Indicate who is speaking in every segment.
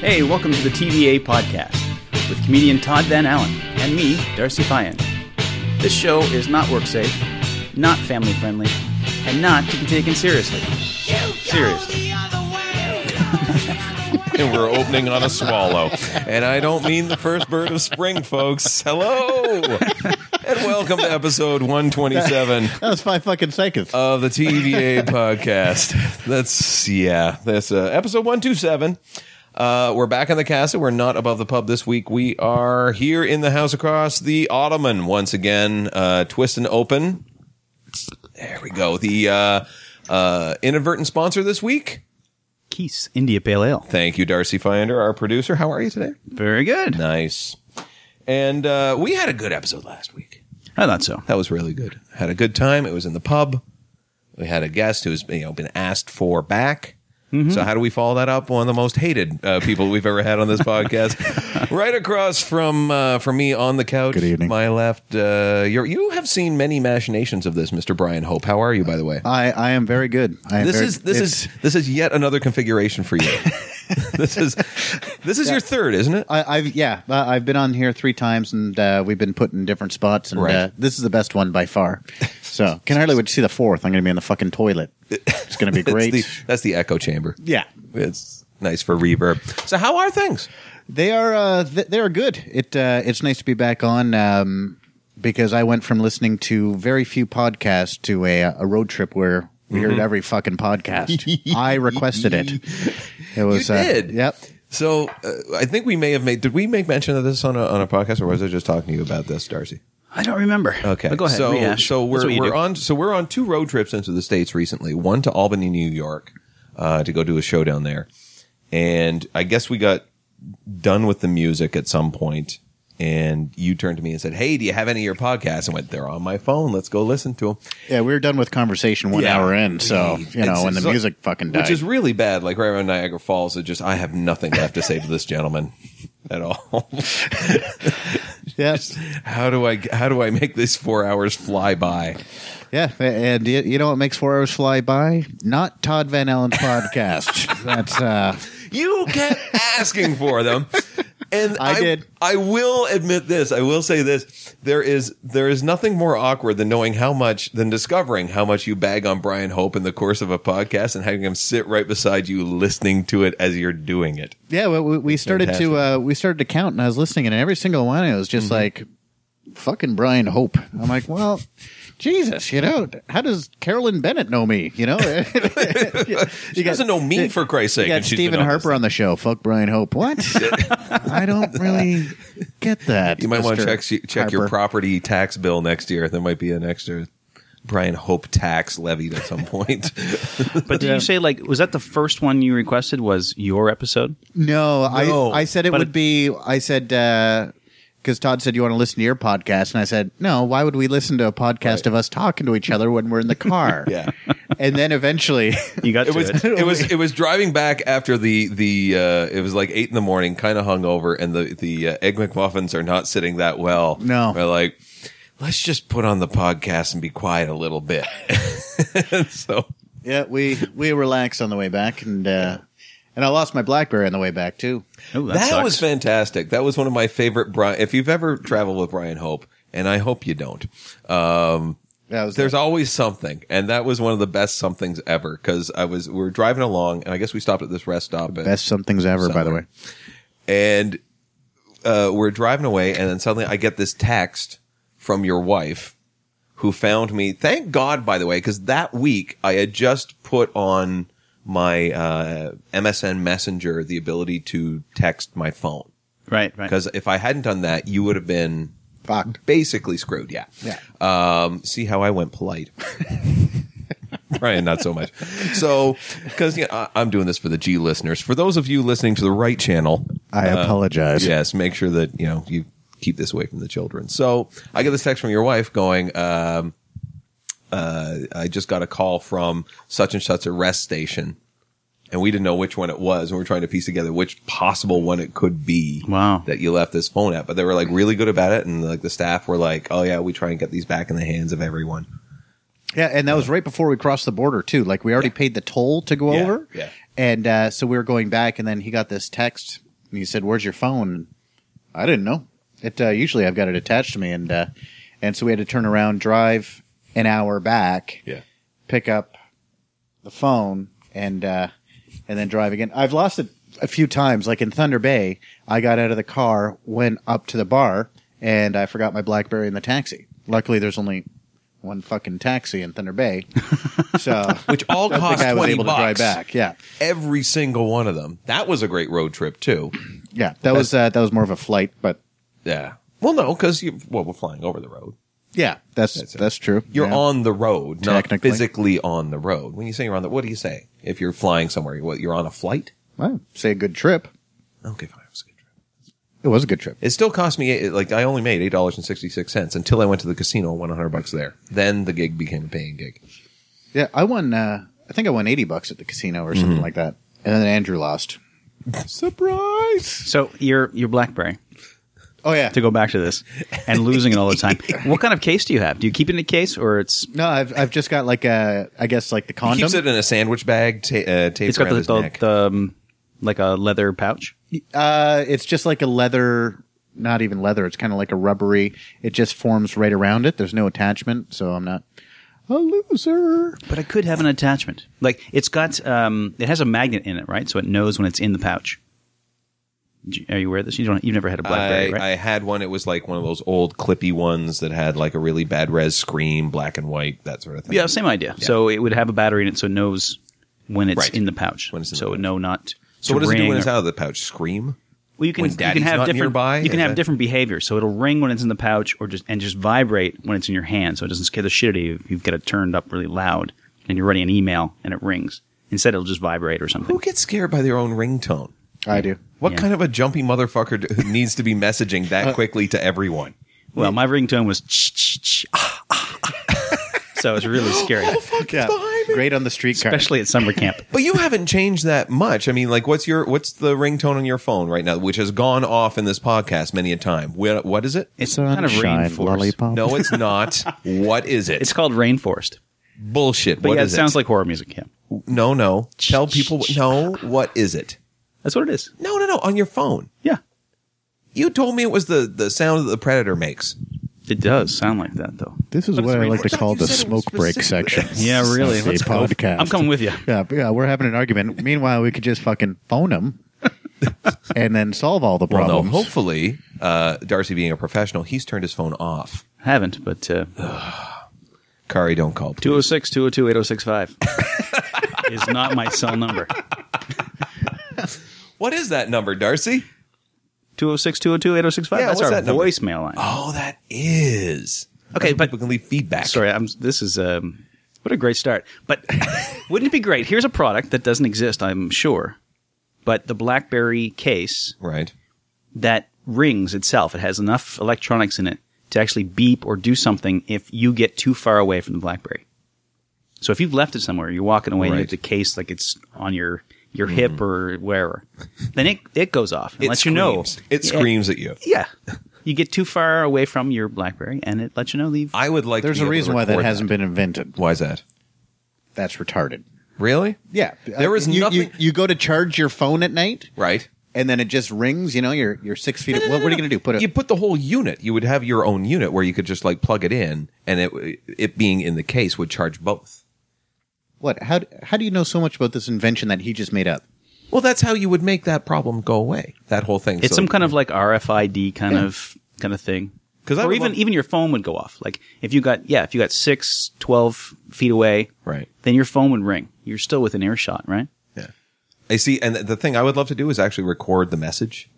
Speaker 1: Hey, welcome to the TVA podcast with comedian Todd Van Allen and me, Darcy Fian. This show is not work safe, not family friendly, and not to be taken seriously. Seriously.
Speaker 2: and we're opening on a swallow. And I don't mean the first bird of spring, folks. Hello, and welcome to episode 127
Speaker 3: That was five fucking seconds.
Speaker 2: of the TVA podcast. That's yeah, that's uh, episode 127. Uh, we're back in the castle. We're not above the pub this week. We are here in the house across the ottoman once again, uh, twist and open. There we go. The uh, uh, inadvertent sponsor this week.
Speaker 1: Keese, India Pale Ale.
Speaker 2: Thank you, Darcy Finder, our producer. How are you today?
Speaker 1: Very good.
Speaker 2: Nice. And uh, we had a good episode last week.
Speaker 1: I thought so.
Speaker 2: That was really good. Had a good time. It was in the pub. We had a guest who's you know been asked for back.
Speaker 3: Mm-hmm.
Speaker 2: So how do we follow that up? One of the most hated uh, people we've ever had on this podcast, right across from uh, from me on the couch.
Speaker 3: Good evening.
Speaker 2: My left. Uh, you're, you have seen many machinations of this, Mister Brian Hope. How are you, by the way?
Speaker 3: I, I am very good. I am
Speaker 2: this
Speaker 3: very-
Speaker 2: is this
Speaker 3: it's-
Speaker 2: is this is yet another configuration for you. this is this is your third, isn't it?
Speaker 3: I, I've yeah I- I've been on here three times and uh, we've been put in different spots and
Speaker 2: Right.
Speaker 3: uh, this is the best one by far. So can hardly wait to see the fourth. I'm going to be in the fucking toilet. It's going to be
Speaker 2: That's
Speaker 3: great.
Speaker 2: the, that's the echo chamber.
Speaker 3: yeah,
Speaker 2: It's nice for reverb. So how are things?
Speaker 3: they are uh, th- they are good. It uh, it's nice to be back on um, because I went from listening to very few podcasts to a, uh, a road trip where. We
Speaker 2: Mm-hmm.
Speaker 3: heard every fucking podcast. I requested it. It was uh,
Speaker 2: did?
Speaker 3: yep.
Speaker 2: So uh, I think we may have made. Did we make mention of this on a on a podcast, or was I just talking to you about this, Darcy?
Speaker 1: I don't remember.
Speaker 2: Okay.
Speaker 1: But go ahead.
Speaker 2: So
Speaker 1: rehash.
Speaker 2: so
Speaker 1: That's
Speaker 2: we're
Speaker 1: what you
Speaker 2: we're
Speaker 1: do.
Speaker 2: on so we're on two road trips into the states recently. One to Albany, New York, uh, to go do a show down there, and I guess we got done with the music at some point, And you turned to me and said, "Hey, do you have any of your podcasts?" And went, "They're on my phone. Let's go listen to them."
Speaker 3: Yeah, we were done with conversation one
Speaker 2: Yeah.
Speaker 3: hour in, so you
Speaker 2: It's-
Speaker 3: know when the
Speaker 2: it's like-
Speaker 3: music fucking died.
Speaker 2: Which is really bad, like right around Niagara Falls. It just, I have nothing left to say to this gentleman at all.
Speaker 3: yes,
Speaker 2: how do I, how do I make these four hours fly by?
Speaker 3: yeah, and you, you know what makes four hours fly by? Not Todd Van Allen's podcast. That's uh,
Speaker 2: You kept asking for them. And
Speaker 3: I did.
Speaker 2: I will admit this. I will say this. There is there is nothing more awkward than knowing how much than discovering how much you bag on Brian Hope in the course of a podcast and having him sit right beside you listening to it as you're doing it.
Speaker 3: yeah. We, we- we started to uh, we started to count, and I was listening, and every single one, it was
Speaker 2: Mm-hmm.
Speaker 3: just like fucking Brian Hope. I'm like, well, Jesus, you know, how does Carolyn Bennett know me? You know,
Speaker 2: She doesn't know me for Christ's sake.
Speaker 3: You got
Speaker 2: and she's
Speaker 3: Stephen
Speaker 2: been on
Speaker 3: Harper
Speaker 2: this.
Speaker 3: on the show. Fuck Brian Hope. What? I don't really get that.
Speaker 2: You might want to
Speaker 3: Mr.
Speaker 2: check check your
Speaker 3: Harper.
Speaker 2: property tax bill next year. There might be an extra Brian Hope tax levied at some point.
Speaker 1: But did you say like was that the first one you requested was your episode?
Speaker 3: No,
Speaker 2: No.
Speaker 3: I I said it
Speaker 1: But
Speaker 3: would
Speaker 1: it-
Speaker 3: be. I said because Todd said you want to listen to your podcast, and I said no. Why would we listen to a podcast of us talking to each other when we're in the car?
Speaker 2: Yeah.
Speaker 3: and then eventually,
Speaker 1: You got
Speaker 2: It
Speaker 1: to
Speaker 2: was
Speaker 1: it.
Speaker 2: it was it was driving back after the the uh, it was like eight in the morning, kind of hungover, and the the uh, egg McMuffins are not sitting that well.
Speaker 3: No.
Speaker 2: we're like, let's just put on the podcast and be quiet a little bit. so
Speaker 3: yeah, we we relaxed on the way back, and uh, and I lost my BlackBerry on the way back too.
Speaker 1: Oh, that
Speaker 2: that
Speaker 1: sucks.
Speaker 2: was fantastic. That was one of my favorite. Brian, if you've ever traveled with Brian Hope, and I hope you don't. Um,
Speaker 3: That was
Speaker 2: there's always something and that was one of the best somethings ever because i was we were driving along and i guess we stopped at this rest stop and,
Speaker 3: best something's ever. By the way,
Speaker 2: and uh, we're driving away and then suddenly i get this text from your wife who found me thank god by the way because that week i had just put on my uh, msn messenger the ability to text my phone
Speaker 1: right, right.
Speaker 2: because if i hadn't done that you would have been
Speaker 3: fucked.
Speaker 2: basically screwed yeah
Speaker 3: Yeah.
Speaker 2: um, see how I went polite. Brian, not so much. So, because you know, I- I'm doing this for the G listeners. For those of you listening to the right channel,
Speaker 3: I apologize.
Speaker 2: yes, make sure that you know you keep this away from the children. So, I get this text from your wife going, um, uh, "I just got a call from such and such a rest station." And we didn't know which one it was, and we are trying to piece together which possible one it could be
Speaker 1: Wow.
Speaker 2: that you left this phone at. But they were like really good about it, and like the staff were like, "Oh yeah, we try and get these back in the hands of everyone."
Speaker 3: Yeah, and that was right before we crossed the border too. Like we already paid the toll to go
Speaker 2: Uh, Yeah,
Speaker 3: over.
Speaker 2: yeah.
Speaker 3: And uh, so we were going back, and then he got this text and he said, "Where's your phone?" I didn't know. It uh, usually I've got it attached to me, and uh, and so we had to turn around, drive an hour back,
Speaker 2: Yeah.
Speaker 3: pick up the phone, and uh, and then drive again. I've lost it a few times. Like in Thunder Bay, I got out of the car, went up to the bar, and I forgot my BlackBerry in the taxi. Luckily, there's only one fucking taxi in Thunder Bay, so
Speaker 2: Which all
Speaker 3: I
Speaker 2: cost
Speaker 3: think I was
Speaker 2: 20
Speaker 3: able
Speaker 2: bucks.
Speaker 3: to drive back. Yeah.
Speaker 2: Every single one of them. That was a great road trip too.
Speaker 3: Yeah, that was uh, that was more of a flight, but
Speaker 2: Yeah. Well, no, because you well, we're flying over the road.
Speaker 3: yeah, that's that's,
Speaker 2: That's it.
Speaker 3: true.
Speaker 2: You're
Speaker 3: Yeah.
Speaker 2: on the road, not
Speaker 3: Technically.
Speaker 2: physically on the road. When you say you're on the, what do you say? If you're flying somewhere, what, you're on a flight?
Speaker 3: Well, say a good trip.
Speaker 2: Okay, fine. It was a good trip.
Speaker 3: It was a good trip.
Speaker 2: It still cost me eight, like I only made eight dollars and sixty six cents until I went to the casino and won hundred bucks there. Then the gig became a paying gig.
Speaker 3: Yeah, I won. Uh, I think I won eighty bucks at the casino or something
Speaker 2: Mm-hmm.
Speaker 3: like that, and then Andrew lost.
Speaker 2: Surprise!
Speaker 1: So your your BlackBerry
Speaker 3: Oh yeah,
Speaker 1: to go back to this and losing it all the time. What kind of case do you have? Do you keep it in a case or it's
Speaker 3: no, I've I've just got like a I guess like the
Speaker 2: He
Speaker 3: condom.
Speaker 2: keeps it in a sandwich bag, ta- uh, taped
Speaker 1: it's got
Speaker 2: around
Speaker 1: the,
Speaker 2: his
Speaker 1: the,
Speaker 2: neck.
Speaker 1: the um, like a leather pouch?
Speaker 3: uh, it's just like a leather. Not even leather. It's kind of like a rubbery. It just forms right around it. There's no attachment, so I'm not a loser.
Speaker 1: But I could have an attachment. Like it's got um, it has a magnet in it, right? So it knows when it's in the pouch. Do you- Are you aware of this? You don't. You've never had a
Speaker 2: I,
Speaker 1: BlackBerry, right?
Speaker 2: I had one. It was like one of those old clippy ones that had like a really bad res screen, black and white, that sort of thing.
Speaker 1: yeah, same idea. So it would have a battery in it, so it knows when it's
Speaker 2: Right.
Speaker 1: in the pouch.
Speaker 2: When it's in
Speaker 1: so
Speaker 2: the
Speaker 1: it would know not.
Speaker 2: So
Speaker 1: to
Speaker 2: what does it do
Speaker 1: ring
Speaker 2: when it's
Speaker 1: or-
Speaker 2: out of the pouch? Scream.
Speaker 1: Well, you can
Speaker 2: when
Speaker 1: you can
Speaker 2: daddy's
Speaker 1: have
Speaker 2: not
Speaker 1: different
Speaker 2: nearby?
Speaker 1: you can
Speaker 2: Is
Speaker 1: have
Speaker 2: that-
Speaker 1: different behavior. So it'll ring when it's in the pouch, or just and just vibrate when it's in your hand. So it doesn't scare the shit out of you if you've got it turned up really loud and you're writing an email and it rings. Instead, it'll just vibrate or something.
Speaker 2: Who gets scared by their own ringtone?
Speaker 3: I do.
Speaker 2: What
Speaker 1: Yeah.
Speaker 2: kind of a jumpy motherfucker d- needs to be messaging
Speaker 1: Uh,
Speaker 2: that quickly to everyone?
Speaker 1: Well, my ringtone was ch ch ch. ah, ah, ah. so it's really scary,
Speaker 3: Yeah,
Speaker 2: behind me.
Speaker 3: great on the streetcar.
Speaker 1: especially at summer camp.
Speaker 2: But you haven't changed that much. I mean, like, what's your what's the ringtone on your phone right now, which has gone off in this podcast many a time? What, what is it?
Speaker 1: It's kind of
Speaker 3: Sunshine,
Speaker 1: rainforest.
Speaker 3: lollipop.
Speaker 2: No, it's not. what is it?
Speaker 1: It's called rainforest.
Speaker 2: bullshit.
Speaker 1: But
Speaker 2: What
Speaker 1: yeah, it
Speaker 2: is
Speaker 1: sounds like horror music. Yeah,
Speaker 2: no, no. Tell people. What, no, what is it?
Speaker 1: that's what it is.
Speaker 2: No, no, no. On your phone.
Speaker 1: Yeah,
Speaker 2: You told me it was the the sound that the predator makes.
Speaker 1: it does sound like that though.
Speaker 3: This is
Speaker 1: But
Speaker 3: what
Speaker 1: it's
Speaker 3: I like to
Speaker 1: rainforest.
Speaker 3: call
Speaker 2: You
Speaker 3: the
Speaker 2: said it
Speaker 3: smoke
Speaker 2: was
Speaker 3: break
Speaker 2: specific.
Speaker 3: section.
Speaker 1: Yeah, really.
Speaker 3: Of the
Speaker 1: Let's go.
Speaker 3: podcast.
Speaker 1: I'm coming with you.
Speaker 3: Yeah, but yeah, we're having an argument. Meanwhile, we could just fucking phone them and then solve all the
Speaker 2: Well, no.
Speaker 3: problems.
Speaker 2: Hopefully, uh, Darcy being a professional, he's turned his phone off.
Speaker 1: Haven't, but uh,
Speaker 2: Kari, don't call. please.
Speaker 1: 206 202 8065 is not my cell number.
Speaker 2: What is that number, Darcy?
Speaker 1: 206 202 8065.
Speaker 2: Yeah,
Speaker 1: That's
Speaker 2: what's
Speaker 1: our
Speaker 2: that number?
Speaker 1: voicemail line.
Speaker 2: Oh, that is.
Speaker 1: Okay,
Speaker 2: That's where
Speaker 1: but-
Speaker 2: people can leave feedback.
Speaker 1: Sorry, I'm, this is um, what a great start. But wouldn't it be great? Here's a product that doesn't exist, I'm sure, but the BlackBerry case
Speaker 2: Right.
Speaker 1: that rings itself. It has enough electronics in it to actually beep or do something if you get too far away from the BlackBerry. So if you've left it somewhere, you're walking away, and you
Speaker 2: Right.
Speaker 1: have
Speaker 2: Mm-hmm.
Speaker 1: the case like it's on your your hip or wherever, then it it goes off and
Speaker 2: It
Speaker 1: lets you know.
Speaker 2: screams. It
Speaker 1: Yeah.
Speaker 2: screams at you.
Speaker 1: Yeah. You get too far away from your BlackBerry, and it lets you know leave.
Speaker 2: I would like.
Speaker 3: There's
Speaker 2: to
Speaker 3: a
Speaker 2: be able to
Speaker 3: reason why that
Speaker 2: record
Speaker 3: hasn't been invented.
Speaker 2: Why is that?
Speaker 3: That's retarded.
Speaker 2: Really?
Speaker 3: Yeah,
Speaker 2: There was
Speaker 3: you,
Speaker 2: nothing-
Speaker 3: You, you go to charge your phone at night,
Speaker 2: Right.
Speaker 3: and then it just rings. You know, you're you're six feet. what, what are you going to do? Put it?
Speaker 2: You put the whole unit. You would have your own unit where you could just like plug it in, and it it being in the case would charge both.
Speaker 3: what? How d- how do you know so much about this invention that he just made up?
Speaker 2: Well, that's how you would make that problem go away. That whole thing.
Speaker 1: It's some kind of like RFID kind of kind of thing.
Speaker 2: 'Cause I
Speaker 1: or
Speaker 2: would
Speaker 1: even
Speaker 2: love-
Speaker 1: even your phone would go off. Like if you got yeah, if you got six, 12 feet away,
Speaker 2: Right.
Speaker 1: Then your phone would ring. You're still within earshot, right?
Speaker 2: Yeah. I see. And the thing I would love to do is actually record the message,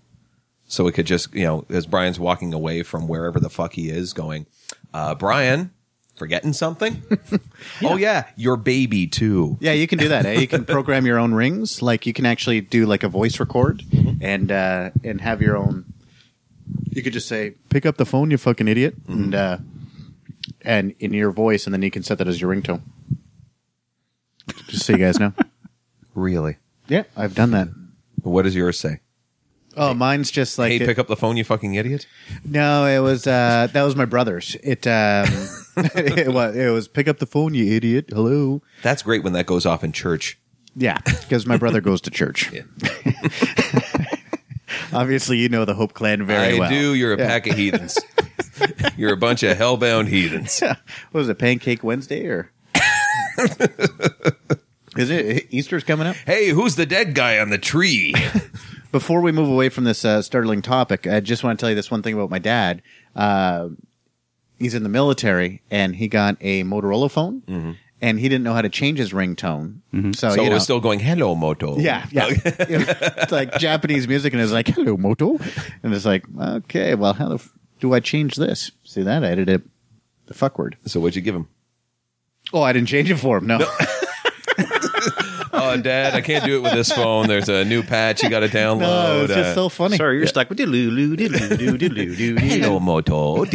Speaker 2: so it could just you know as Brian's walking away from wherever the fuck he is, going, uh, Brian, forgetting something? Oh yeah, your baby too.
Speaker 3: Yeah, you can do that. eh? You can program your own rings. Like you can actually do like a voice record and uh, and have your own. You could just say, "Pick up the phone, you fucking idiot," and uh, and in your voice, and then you can set that as your ringtone. Just so you guys know.
Speaker 2: Really?
Speaker 3: yeah, I've done that.
Speaker 2: What does yours say?
Speaker 3: Oh, mine's just like
Speaker 2: Hey,
Speaker 3: it-
Speaker 2: pick up the phone, you fucking idiot.
Speaker 3: no. It was uh, that was my brother's. It um, it was it was pick up the phone, you idiot. Hello.
Speaker 2: That's great when that goes off in church.
Speaker 3: Yeah, because my brother goes to church. Obviously, you know the Hope Clan very
Speaker 2: I
Speaker 3: well.
Speaker 2: do. You're a
Speaker 3: Yeah.
Speaker 2: pack of heathens. You're a bunch of hellbound heathens.
Speaker 3: What was it, Pancake Wednesday or? Is it Easter's coming up?
Speaker 2: Hey, who's the dead guy on the tree?
Speaker 3: Before we move away from this uh, startling topic, I just want to tell you this one thing about my dad. Uh, he's in the military, and he got a Motorola phone, and he didn't know how to change his ringtone. So,
Speaker 2: Mm-hmm. So
Speaker 3: you
Speaker 2: it
Speaker 3: know,
Speaker 2: was still going, hello, Moto.
Speaker 3: Yeah, yeah. You know, it's like Japanese music, and it's like "Hello, Moto," and it's like, okay, well, how the f- do I change this? See that I added it, the fuck word.
Speaker 2: So what'd you give him?
Speaker 3: Oh, I didn't change it for him. No,
Speaker 2: Oh, Dad, I can't do it with this phone. There's a new patch you got to download.
Speaker 3: no, it's just
Speaker 2: Uh,
Speaker 3: so funny.
Speaker 1: Sorry, you're stuck with doodaloo, doodaloo, doodaloo, doodaloo.
Speaker 2: Hello, Moto. like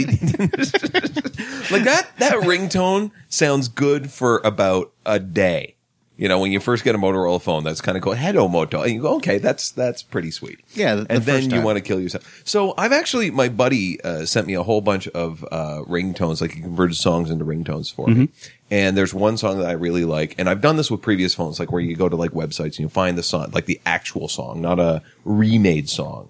Speaker 2: that, that ringtone sounds good for about a day. You know, when you first get a Motorola phone, that's kind of cool. Hello, Moto. And you go, okay, that's, that's pretty sweet.
Speaker 3: Yeah, the- the
Speaker 2: and then
Speaker 3: first
Speaker 2: you
Speaker 3: time.
Speaker 2: want to kill yourself. So I've actually, my buddy uh, sent me a whole bunch of uh, ringtones, like he converted songs into ringtones for me. And there's one song that I really like, and I've done this with previous phones, like where you go to like websites and you find the song, like the actual song, not a remade song.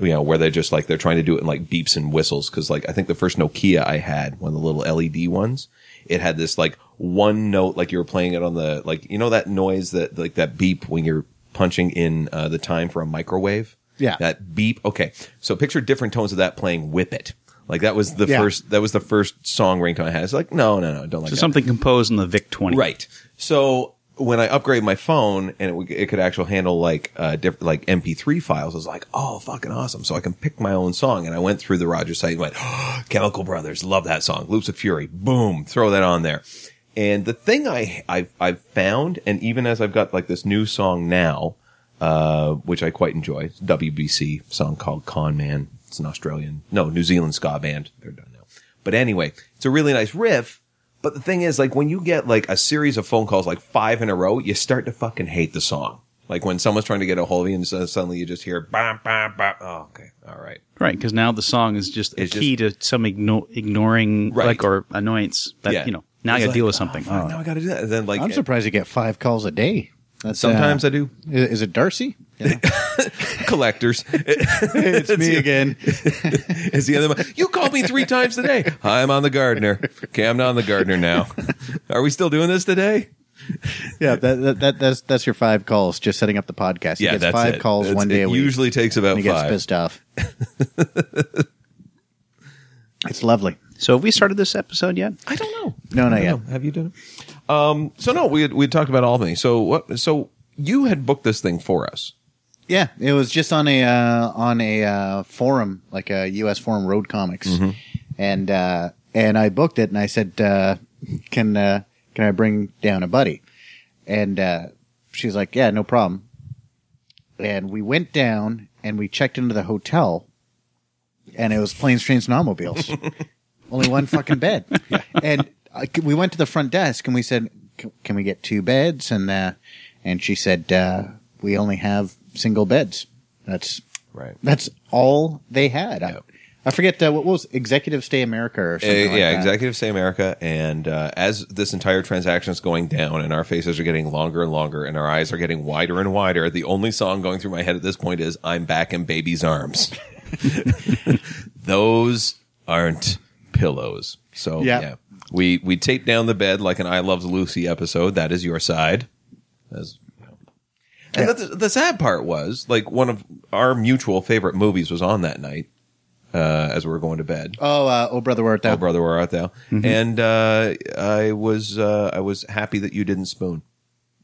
Speaker 2: You know, where they're just like they're trying to do it in like beeps and whistles, because like I think the first Nokia I had, one of the little LED ones, it had this like one note, like you were playing it on the like you know that noise that like that beep when you're punching in uh, the time for a microwave.
Speaker 3: Yeah.
Speaker 2: That beep. Okay. So picture different tones of that playing Whip It. Like that was the
Speaker 3: Yeah.
Speaker 2: first that was the first song ringtone I had. It's like, no, no, no, I don't like
Speaker 1: So
Speaker 2: that.
Speaker 1: something composed in the VIC 20.
Speaker 2: Right. So when I upgrade my phone and it, would- it could actually handle like uh, diff- like MP3 files, I was like, oh, fucking awesome! So I can pick my own song. And I went through the Rogers site and went, Chemical Brothers, love that song, Loops of Fury, boom, throw that on there. And the thing I I've, I've found, and even as I've got like this new song now, uh, which I quite enjoy, it's a WBC song called Con Man. It's an Australian, no, New Zealand ska band. They're done now. But anyway, it's a really nice riff. But the thing is, like, when you get like a series of phone calls, like five in a row, you start to fucking hate the song. Like when someone's trying to get a hold of you, and so- suddenly you just hear bam, bam, bam. Oh, okay, all right.
Speaker 1: Right, because now the song is just
Speaker 2: It's
Speaker 1: a key to some igno- ignoring
Speaker 2: Right.
Speaker 1: like or annoyance that
Speaker 2: Yeah.
Speaker 1: you know now I got to
Speaker 2: It's like, "Ah,
Speaker 1: deal with something. Oh.
Speaker 2: Fuck, now I got to do that. And then like
Speaker 3: I'm surprised you get five calls a day. That's, uh,
Speaker 2: sometimes I do
Speaker 3: is, is it Darcy?
Speaker 2: collectors.
Speaker 3: it's me again.
Speaker 2: Is the other one? You called me three times today. Hi, I'm on the gardener. Okay, I'm not on the gardener now. Are we still doing this today?
Speaker 3: Yeah, that, that, that that's that's your five calls. Just setting up the podcast. He
Speaker 2: Yeah,
Speaker 3: gets
Speaker 2: that's
Speaker 3: five
Speaker 2: it.
Speaker 3: calls
Speaker 2: It's-
Speaker 3: one day
Speaker 2: It
Speaker 3: a week.
Speaker 2: usually takes about
Speaker 3: and he gets
Speaker 2: five.
Speaker 3: pissed off. it's lovely.
Speaker 1: So have we started this episode yet?
Speaker 2: I don't know.
Speaker 3: No, not
Speaker 2: I
Speaker 3: yet.
Speaker 2: don't know. Have you done it? Um, so no, we had, we had talked about Albany. So what? So you had booked this thing for us.
Speaker 3: Yeah, it was just on a uh, on a uh, forum, like a U.S. forum, Road Comics, and uh, and I booked it, and I said, uh, "Can uh, can I bring down a buddy?" And uh, she's like, "Yeah, no problem." And we went down and we checked into the hotel, and it was planes, trains, and automobiles. Only one fucking bed, and I, we went to the front desk and we said, "C- "Can we get two beds?" And uh, and she said, uh, "We only have single beds. That's
Speaker 2: Right.
Speaker 3: that's all they had." I-
Speaker 2: Yep.
Speaker 3: I, forget uh, what was Executive Stay America or
Speaker 2: Uh,
Speaker 3: something. like
Speaker 2: yeah,
Speaker 3: that.
Speaker 2: Executive Stay America. And uh, as this entire transaction is going down and our faces are getting longer and longer and our eyes are getting wider and wider, the only song going through my head at this point is I'm back in baby's arms. Those aren't pillows. So
Speaker 3: Yeah.
Speaker 2: yeah. We we tape down the bed like an I Love Lucy episode. That is your side. As And that's- the, sad part was, like, one of our mutual favorite movies was on that night uh, as we were going to bed.
Speaker 3: Oh, uh, oh, brother, where art thou?
Speaker 2: Oh, brother, where art thou?
Speaker 3: Mm-hmm.
Speaker 2: And uh, I was uh, I was happy that you didn't spoon.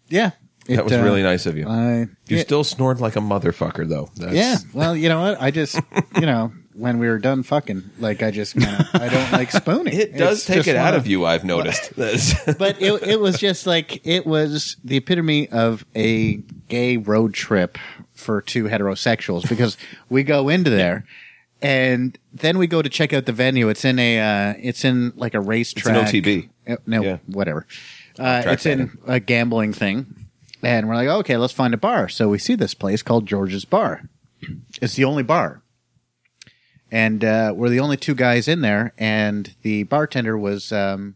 Speaker 3: Yeah,
Speaker 2: That
Speaker 3: uh,
Speaker 2: was really nice of you.
Speaker 3: I,
Speaker 2: you
Speaker 3: yeah,
Speaker 2: still snored like a motherfucker, though. That's,
Speaker 3: yeah. Well, you know what? I just, you know, when we were done fucking, like I just, kinda, I don't like spooning.
Speaker 2: it does
Speaker 3: It's
Speaker 2: take
Speaker 3: just
Speaker 2: it out
Speaker 3: one
Speaker 2: of you. I've noticed. That's-
Speaker 3: but it, it was just like it was the epitome of a gay road trip for two heterosexuals because we go into there and then we go to check out the venue. It's in a uh, it's in like a racetrack.
Speaker 2: OTB.
Speaker 3: Uh, no,
Speaker 2: Yeah.
Speaker 3: whatever. Uh,
Speaker 2: Track
Speaker 3: it's in a gambling thing, and we're like, okay, let's find a bar. So we see this place called George's Bar. It's the only bar. And uh, we're the only two guys in there, and the bartender was um,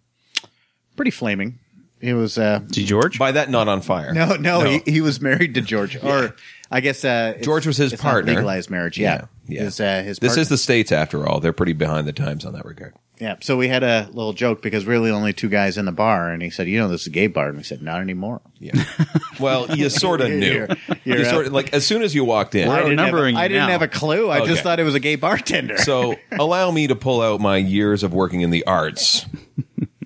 Speaker 3: pretty flaming. It was uh,
Speaker 1: See George?
Speaker 2: By that, not on fire.
Speaker 3: no, no. He, he was married to George, or I guess uh, it's-
Speaker 2: George was his
Speaker 3: it's not
Speaker 2: partner.
Speaker 3: Legalized marriage, yeah.
Speaker 2: Yeah, yeah.
Speaker 3: His, uh, his
Speaker 2: This
Speaker 3: partner.
Speaker 2: is the states, after all. They're pretty behind the times on that regard.
Speaker 3: Yeah. So we had a little joke because really only two guys in the bar, and he said, "You know, this is a gay bar," and we said, "Not anymore."
Speaker 2: Yeah. Well, you sort of knew.
Speaker 3: You're- you're
Speaker 2: you
Speaker 3: up.
Speaker 2: sort of like as soon as you walked in.
Speaker 1: We're
Speaker 3: I didn't, have,
Speaker 1: outnumbering you
Speaker 3: I didn't
Speaker 1: now.
Speaker 3: have a clue. I
Speaker 2: Okay.
Speaker 3: just thought it was a gay bartender.
Speaker 2: So allow me to pull out my years of working in the arts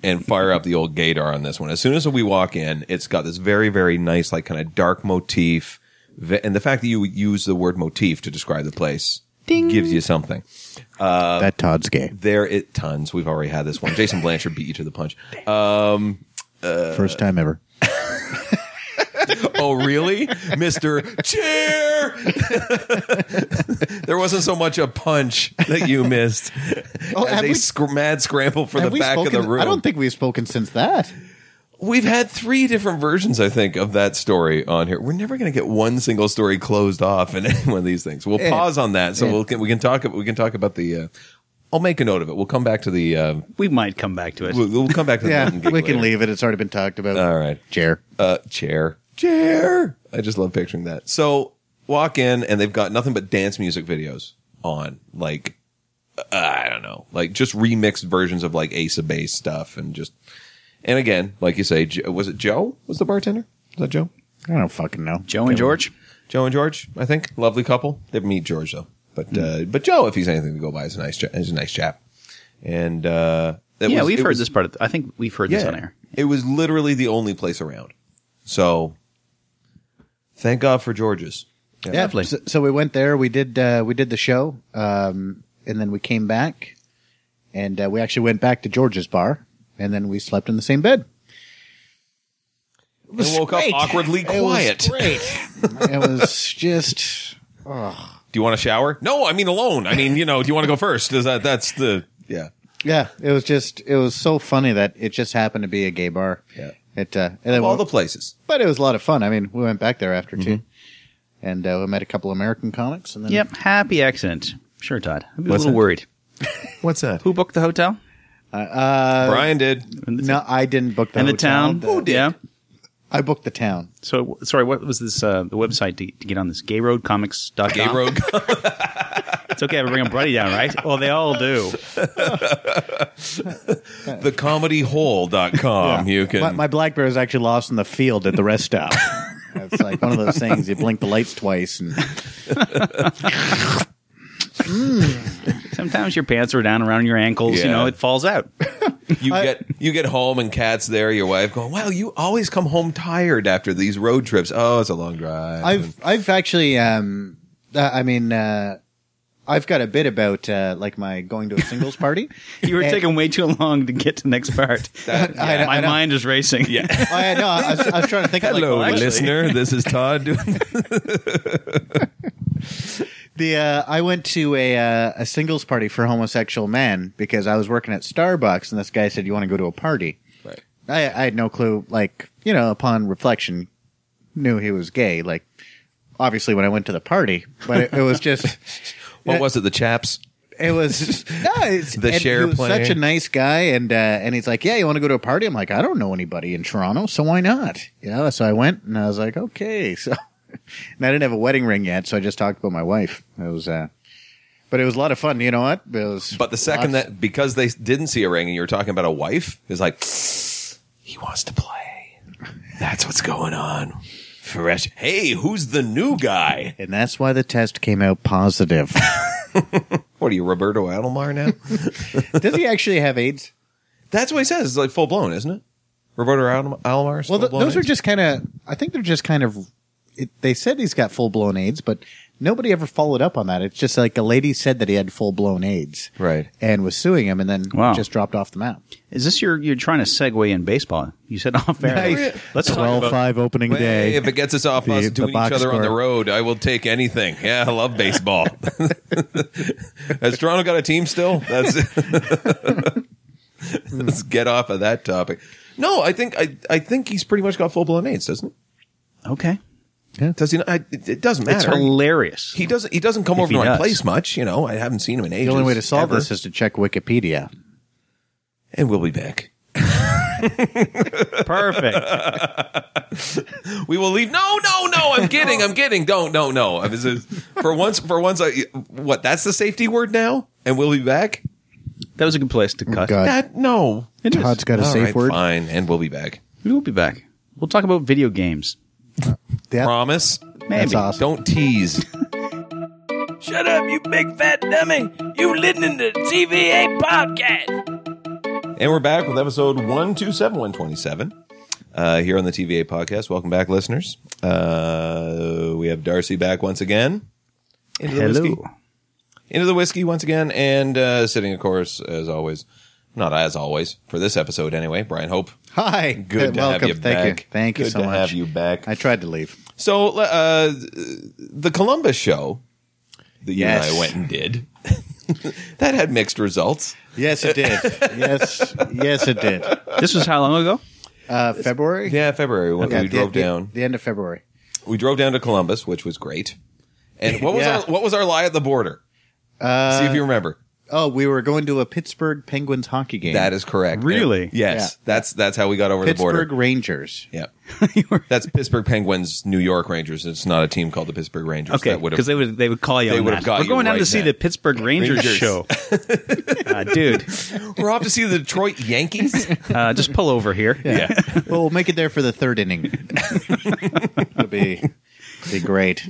Speaker 2: and fire up the old gaydar on this one. As soon as we walk in, it's got this very, very nice, like kind of dark motif, Ve- and the fact that you use the word motif to describe the place gives you something.
Speaker 3: that Todd's gay.
Speaker 2: There it tons. We've already had this one. Jason Blanchard beat you to the punch. uh,
Speaker 3: First time ever.
Speaker 2: Oh, really? Mr. Cheer! there wasn't so much a punch that you missed
Speaker 3: Oh,
Speaker 2: as
Speaker 3: have
Speaker 2: a
Speaker 3: we-
Speaker 2: sc- mad scramble for the
Speaker 3: Have we
Speaker 2: back of
Speaker 3: spoken-
Speaker 2: the room.
Speaker 3: I don't think we've spoken since that.
Speaker 2: We've had three different versions, I think, of that story on here. We're never going to get one single story closed off in any one of these things.
Speaker 3: Eh.
Speaker 2: We'll pause on that, so
Speaker 3: Yeah.
Speaker 2: we'll can, we can talk. We can talk about the. Uh, I'll make a note of it. We'll come back to the. Uh,
Speaker 1: We might come back to it.
Speaker 2: we'll, we'll come back to the
Speaker 3: Yeah,
Speaker 2: Milton gig
Speaker 3: we can
Speaker 2: later.
Speaker 3: leave it. It's already been talked about.
Speaker 2: All right.
Speaker 3: Chair.
Speaker 2: Uh, chair, chair. I just love picturing that. So walk in and they've got nothing but dance music videos on, like uh, I don't know, like just remixed versions of like Ace of Base stuff, and just and again, like you say, Jo- was it Joe? Was the bartender? Was that Joe?
Speaker 3: I don't fucking know.
Speaker 1: Joe and George?
Speaker 2: Joe and George, I think, lovely couple. They meet George though, but uh, but Joe, if he's anything to go by, is a nice cha- is a nice chap. And uh, that
Speaker 1: yeah,
Speaker 2: was-
Speaker 1: we've
Speaker 2: it
Speaker 1: heard
Speaker 2: was-
Speaker 1: this part of the, I think we've heard this on air.
Speaker 2: It was literally the only place around. So thank God for George's.
Speaker 3: Yeah.
Speaker 1: Lovely.
Speaker 3: So, so we went there. We did uh, we did the show, um, and then we came back, and uh, we actually went back to George's bar, and then we slept in the same bed.
Speaker 2: I woke up awkwardly quiet.
Speaker 3: It was great. it was just.
Speaker 2: Do you want a shower? No, I mean alone. I mean, you know, do you want to go first? Is that that's the yeah.
Speaker 3: Yeah, it was just it was so funny that it just happened to be a gay bar.
Speaker 2: Yeah.
Speaker 3: It uh, and then
Speaker 2: All
Speaker 3: we,
Speaker 2: the places.
Speaker 3: but it was a lot of fun. I mean, we went back there after too,
Speaker 1: Mm-hmm.
Speaker 3: and uh, we met a couple American comics, and then
Speaker 1: Yep. Happy accident. Sure, Todd. I'd be a
Speaker 2: What's
Speaker 1: little
Speaker 2: that?
Speaker 1: worried.
Speaker 2: What's that?
Speaker 1: Who booked the hotel?
Speaker 2: Brian did.
Speaker 3: no, I didn't book the
Speaker 1: and the town?
Speaker 3: hotel. The-
Speaker 1: Yeah.
Speaker 3: I booked the town.
Speaker 1: So, sorry, what was this, uh, the website to, to get on this? GayRoadComics.com.
Speaker 2: Gay rogue.
Speaker 1: It's okay if I bring a buddy down, right? Well, they all do.
Speaker 2: thecomedyhole.com. You can
Speaker 3: My, my black bear is actually lost in the field at the rest stop. It's like one of those things you blink the lights twice and
Speaker 1: Sometimes your pants are down around your ankles, you
Speaker 2: Yeah.
Speaker 1: know, it falls out.
Speaker 2: you get you get home and cats there, your wife going, Wow, you always come home tired after these road trips. Oh, it's a long drive.
Speaker 3: I've I've actually um uh, I mean uh I've got a bit about uh like my going to a singles party.
Speaker 1: You were
Speaker 3: And-
Speaker 1: taking way too long to get to the next part.
Speaker 3: I know- I
Speaker 1: My
Speaker 3: know.
Speaker 1: mind is racing. Yeah.
Speaker 3: Oh, yeah, no, I was, I was trying to think. of, like, oh,
Speaker 2: Hello,
Speaker 1: well, actually-
Speaker 2: listener. This is Todd doing
Speaker 3: The uh, I went to a uh, a singles party for homosexual men because I was working at Starbucks and this guy said, "You want to go to a party?"
Speaker 2: Right.
Speaker 3: I, I had no clue. Like you know, upon reflection, knew he was gay. Like obviously when I went to the party, but it, it was just
Speaker 2: What was it? The chaps?
Speaker 3: it was no, it's,
Speaker 2: The
Speaker 3: and
Speaker 2: share
Speaker 3: he was
Speaker 2: player.
Speaker 3: such a nice guy, and uh, and he's like, yeah, you want to go to a party? I'm like, I don't know anybody in Toronto, so why not? You know, so I went and I was like, okay, so and I didn't have a wedding ring yet, so I just talked about my wife. It was, uh, but it was a lot of fun. You know what? It was,
Speaker 2: But the second
Speaker 3: lots-
Speaker 2: that because they didn't see a ring and you were talking about a wife, it's like he wants to play. That's what's going on. Fresh. Hey, who's the new guy?
Speaker 3: and that's why the test came out positive.
Speaker 2: What are you, Roberto Alomar now?
Speaker 3: Does he actually have AIDS?
Speaker 2: That's what he says. It's like full blown, isn't it? Roberto Alom- Alomar.
Speaker 3: Well, th- those are just kind of. I think they're just kind of. It, they said he's got full blown AIDS, but nobody ever followed up on that. It's just like a lady said that he had full blown AIDS,
Speaker 2: Right.
Speaker 3: And was suing him, and then
Speaker 1: Wow.
Speaker 3: just dropped off the map.
Speaker 1: Is this your, you're trying to segue in baseball? You said off air.
Speaker 3: Nice.
Speaker 1: Let's talk about-
Speaker 3: opening
Speaker 2: Hey, if it gets us off
Speaker 3: The-
Speaker 2: us
Speaker 3: the
Speaker 2: doing each
Speaker 3: box
Speaker 2: other on the
Speaker 3: score.
Speaker 2: road, I will take anything. Yeah, I love baseball. Has Toronto got a team still? That's let's get off of that topic. No, I think I, I think he's pretty much got full blown AIDS, doesn't
Speaker 1: Okay.
Speaker 2: he? Does he? Not, I, it it doesn't
Speaker 1: It's
Speaker 2: matter.
Speaker 1: hilarious.
Speaker 2: he doesn't. He doesn't come over
Speaker 1: he
Speaker 2: to my
Speaker 1: does.
Speaker 2: place much. You know, I haven't seen him in ages.
Speaker 3: the only way to solve
Speaker 2: ever.
Speaker 3: this is to check Wikipedia.
Speaker 2: and we'll be back.
Speaker 4: Perfect.
Speaker 2: We will leave. No, no, no. I'm kidding. I'm kidding. Don't, no, no. I was, for once, for once, I, what? That's the safety word now. And we'll be back.
Speaker 1: That was a good place to cut.
Speaker 3: Oh God.
Speaker 2: Uh, That no.
Speaker 1: It is.
Speaker 3: Todd's got a
Speaker 2: All
Speaker 3: safe
Speaker 2: right,
Speaker 3: word.
Speaker 2: Fine, and we'll be back.
Speaker 1: We will be back. We'll talk about video games.
Speaker 3: That-
Speaker 2: Promise.
Speaker 1: Maybe.
Speaker 3: That's awesome.
Speaker 2: Don't tease.
Speaker 5: Shut up, you big fat dummy. You listening to TVA Podcast.
Speaker 2: and we're back with episode one two seven one twenty seven. Uh, here on the TVA podcast. Welcome back, listeners. Uh, we have Darcy back once again. Into the
Speaker 1: Hello.
Speaker 2: whiskey. Into the whiskey once again, and uh, sitting, of course, as always, not as always for this episode anyway. Brian Hope,
Speaker 3: Hi.
Speaker 2: good to
Speaker 3: Welcome.
Speaker 2: have you
Speaker 3: Thank
Speaker 2: back.
Speaker 3: you. Thank you
Speaker 2: Good
Speaker 3: so
Speaker 2: to
Speaker 3: much.
Speaker 2: Have you back?
Speaker 3: I tried to leave.
Speaker 2: So uh, the Columbus show that you
Speaker 3: Yes.
Speaker 2: and I went and did that had mixed results.
Speaker 3: Yes, it did. yes, yes, it did.
Speaker 1: This was how long ago?
Speaker 3: Uh, February.
Speaker 2: Yeah, February when
Speaker 3: Yeah,
Speaker 2: we
Speaker 3: the-
Speaker 2: drove
Speaker 3: the-
Speaker 2: down.
Speaker 3: the end of February.
Speaker 2: We drove down to Columbus, which was great. And what was
Speaker 3: Yeah.
Speaker 2: our, what was our lie at the border? Uh, See if you remember.
Speaker 3: Oh, we were going to a Pittsburgh Penguins hockey game.
Speaker 2: That is correct.
Speaker 1: Really?
Speaker 2: And- yes.
Speaker 3: Yeah.
Speaker 2: That's that's how we got over the
Speaker 3: Pittsburgh
Speaker 2: border.
Speaker 3: Rangers.
Speaker 2: Yeah. that's Pittsburgh Penguins, New York Rangers. It's not a team called the Pittsburgh Rangers.
Speaker 1: Okay,
Speaker 2: That would
Speaker 1: because
Speaker 2: have
Speaker 1: they would they would call you.
Speaker 2: They
Speaker 1: on
Speaker 2: would
Speaker 1: that.
Speaker 2: have got
Speaker 1: We're
Speaker 2: you
Speaker 1: going down
Speaker 2: right
Speaker 1: to see
Speaker 2: then.
Speaker 1: the Pittsburgh Rangers,
Speaker 2: Rangers.
Speaker 1: show, uh, dude.
Speaker 2: We're off to see the Detroit Yankees.
Speaker 1: Uh, just pull over here.
Speaker 2: yeah.
Speaker 3: well, we'll make it there for the third inning. It'll be, be great.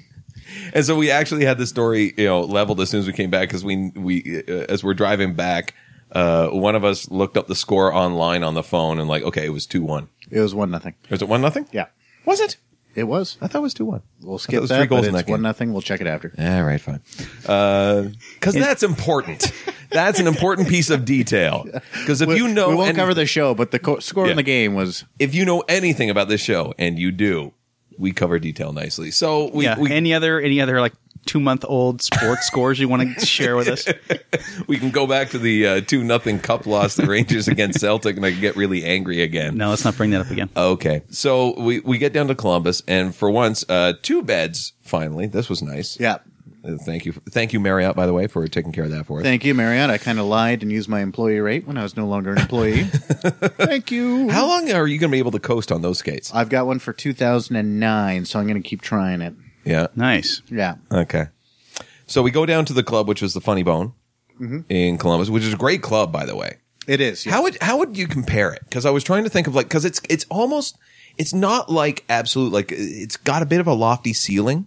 Speaker 2: And so we actually had the story, you know, leveled as soon as we came back because we we uh, as we're driving back, uh, one of us looked up the score online on the phone and like, okay, it was two one.
Speaker 3: It was one nothing.
Speaker 2: Was it one nothing?
Speaker 3: Yeah,
Speaker 2: Was it?
Speaker 3: it was.
Speaker 2: I thought it was two one.
Speaker 3: We'll skip
Speaker 2: was
Speaker 3: that.
Speaker 2: three goals
Speaker 3: but
Speaker 2: in
Speaker 3: it's
Speaker 2: that game.
Speaker 3: one nothing. We'll check it after.
Speaker 2: All right, fine. Because Uh, that's important. That's an important piece of detail. Because if
Speaker 3: We-
Speaker 2: you know,
Speaker 3: we won't
Speaker 2: and
Speaker 3: cover the show, but the co- score
Speaker 2: Yeah.
Speaker 3: in the game was
Speaker 2: if you know anything about this show, and you do, we cover detail nicely. So we
Speaker 1: Yeah.
Speaker 2: we,
Speaker 1: any other any other like two month old sports scores you want to share with us?
Speaker 2: we can go back to the uh, two nothing cup loss, the Rangers against Celtic, and I can get really angry again.
Speaker 1: No, let's not bring that up again.
Speaker 2: Okay. So we, we get down to Columbus, and for once, uh, two beds finally. This was nice.
Speaker 3: yeah.
Speaker 2: Uh, Thank you. Thank you, Marriott, by the way, for taking care of that for us.
Speaker 3: Thank you, Marriott. I kind of lied and used my employee rate when I was no longer an employee. Thank you.
Speaker 2: How long are you going to be able to coast on those skates?
Speaker 3: I've got one for 2009, so I'm going to keep trying it.
Speaker 2: Yeah.
Speaker 1: Nice.
Speaker 3: Yeah.
Speaker 2: Okay. So we go down to the club, which was the Funny Bone
Speaker 3: Mm-hmm.
Speaker 2: in Columbus, which is a great club, by the way.
Speaker 3: It is. yeah.
Speaker 2: How would how would you compare it? Because I was trying to think of like because it's it's almost it's not like absolute like it's got a bit of a lofty ceiling,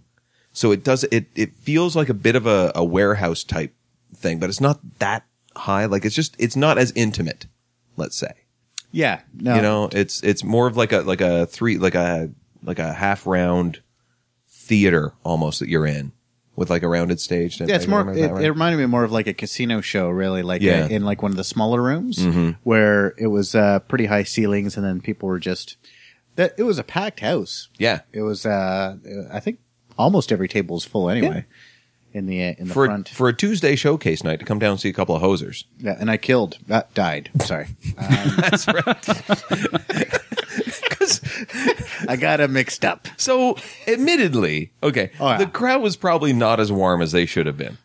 Speaker 2: so it does it it feels like a bit of a, a warehouse type thing, but it's not that high. Like it's just it's not as intimate. Let's say
Speaker 3: Yeah. No.
Speaker 2: you know it's it's more of like a like a three like a like a half round theater almost that you're in with like a rounded stage. Did
Speaker 3: Yeah,
Speaker 2: I
Speaker 3: it's more.
Speaker 2: remember
Speaker 3: It,
Speaker 2: that right?
Speaker 3: it reminded me more of like a casino show, really, like
Speaker 2: Yeah. Mm-hmm.
Speaker 3: uh, in like one of the smaller rooms where it was uh, pretty high ceilings, and then people were just. That it was a packed house.
Speaker 2: yeah.
Speaker 3: It was. Uh, I think almost every table was full anyway. In the uh, in the
Speaker 2: For a,
Speaker 3: front.
Speaker 2: for a Tuesday showcase night to come down and see a couple of hosers.
Speaker 3: yeah, and I killed. Uh, died. Sorry. Um, I got 'em mixed up.
Speaker 2: So, admittedly, okay,
Speaker 3: Oh, yeah.
Speaker 2: the crowd was probably not as warm as they should have been.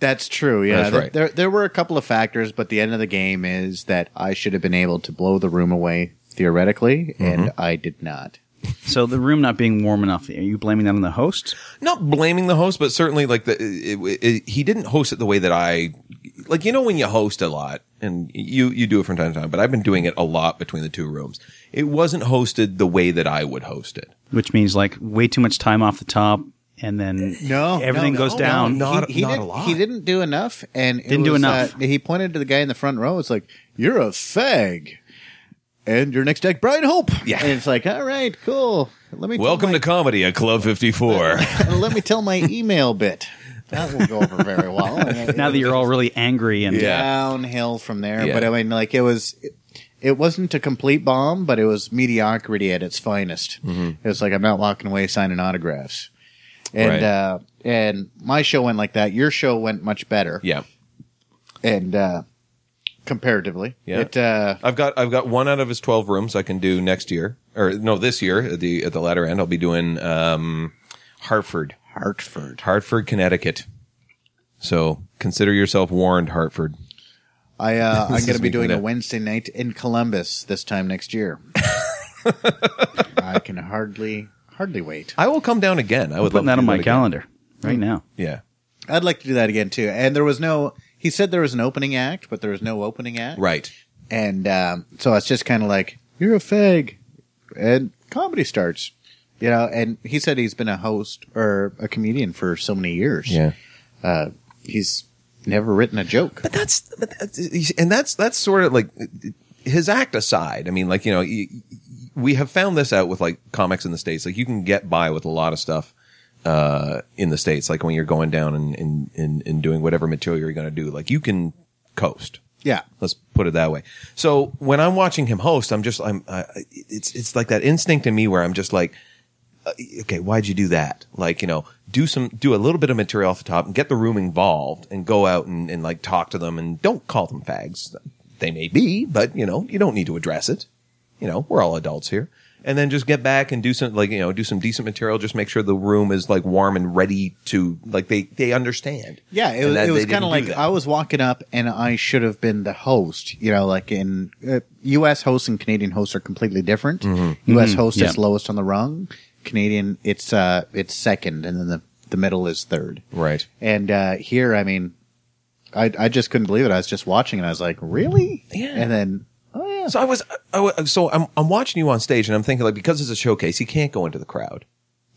Speaker 3: That's true. Yeah,
Speaker 2: That's
Speaker 3: Th-
Speaker 2: right.
Speaker 3: there there were a couple of factors, but the end of the game is that I should have been able to blow the room away theoretically, and
Speaker 2: Mm-hmm.
Speaker 3: I did not.
Speaker 1: So the room not being warm enough. Are you blaming that on the host?
Speaker 2: Not blaming the host, but certainly like the it, it, he didn't host it the way that I like. You know, when you host a lot, and you you do it from time to time, but I've been doing it a lot between the two rooms. It wasn't hosted the way that I would host it.
Speaker 1: Which means like way too much time off the top, and then
Speaker 3: No,
Speaker 1: everything
Speaker 3: no, Oh,
Speaker 1: goes
Speaker 3: no,
Speaker 1: down.
Speaker 2: no, Not-
Speaker 3: he, he
Speaker 2: not a
Speaker 3: didn't-
Speaker 2: lot.
Speaker 3: He didn't do enough, and it
Speaker 1: Didn't do
Speaker 3: was,
Speaker 1: enough.
Speaker 3: uh, he pointed to the guy in the front row. It's like you're a fag, and your next act, Brian Hope.
Speaker 2: Yeah.
Speaker 3: and it's like, all right, cool. Let me tell
Speaker 2: Welcome to comedy at Club Fifty Four.
Speaker 3: my- let me tell my email bit. That will go over very well.
Speaker 1: Now that you're all really angry and
Speaker 2: Yeah.
Speaker 3: downhill from there.
Speaker 2: Yeah.
Speaker 3: But I mean, like it was, it, it wasn't a complete bomb, but it was mediocrity at its finest.
Speaker 2: Mm-hmm.
Speaker 3: It was like I'm not walking away signing autographs, and
Speaker 2: Right.
Speaker 3: uh, and my show went like that. Your show went much better,
Speaker 2: yeah,
Speaker 3: and uh, comparatively,
Speaker 2: Yeah.
Speaker 3: it uh,
Speaker 2: I've got I've got one out of his twelve rooms I can do next year, or no, this year at the at the latter end. I'll be doing um, Hartford.
Speaker 3: Hartford.
Speaker 2: Hartford, Connecticut. So consider yourself warned, Hartford.
Speaker 3: I uh, I'm going
Speaker 2: is
Speaker 3: to be doing a
Speaker 2: Mikuna.
Speaker 3: Wednesday night in Columbus this time next year. I can hardly hardly wait.
Speaker 2: I will come down again. I would
Speaker 1: Putting that
Speaker 2: love to
Speaker 1: on
Speaker 2: do
Speaker 1: my
Speaker 2: again.
Speaker 1: calendar right now.
Speaker 2: Yeah.
Speaker 3: I'd like to do that again too. And there was no. He said there was an opening act, but there was no opening act.
Speaker 2: Right.
Speaker 3: And um, so it's just kind of like you're a fag, and comedy starts. You know, and he said he's been a host or a comedian for so many years. he's never written a joke.
Speaker 2: But that's, but that's and that's that's sort of like his act aside. I mean, like you know, y- y- we have found this out with like comics in the states. Like you can get by with a lot of stuff uh, in the states. Like when you're going down and and and, and doing whatever material you're going to do, like you can coast.
Speaker 3: Yeah,
Speaker 2: Let's put it that way. So when I'm watching him host, I'm just I'm uh, it's it's like that instinct in me where I'm just like, uh, okay, why'd you do that? Like you know, do some do a little bit of material off the top and get the room involved and go out and, and like talk to them and don't call them fags. They may be, but you know you don't need to address it. You know we're all adults here. And then just get back and do some like you know do some decent material. Just make sure the room is like warm and ready to like they they understand.
Speaker 3: Yeah, it
Speaker 2: And
Speaker 3: was,
Speaker 2: that
Speaker 3: it
Speaker 2: they
Speaker 3: was
Speaker 2: didn't
Speaker 3: kind
Speaker 2: do
Speaker 3: of like
Speaker 2: that.
Speaker 3: I was walking up and I should have been the host. You know, like in uh, U.S. hosts and Canadian hosts are completely different.
Speaker 2: Mm-hmm.
Speaker 3: U.S. host is
Speaker 1: Yeah.
Speaker 3: lowest on the rung. Canadian, it's uh, it's second, and then the the middle is third.
Speaker 2: right.
Speaker 3: And uh, here, I mean, I I just couldn't believe it. I was just watching and I was like, really?
Speaker 2: Yeah.
Speaker 3: And then oh yeah,
Speaker 2: So I was, I was so I'm, I'm watching you on stage and I'm thinking like because it's a showcase, you can't go into the crowd.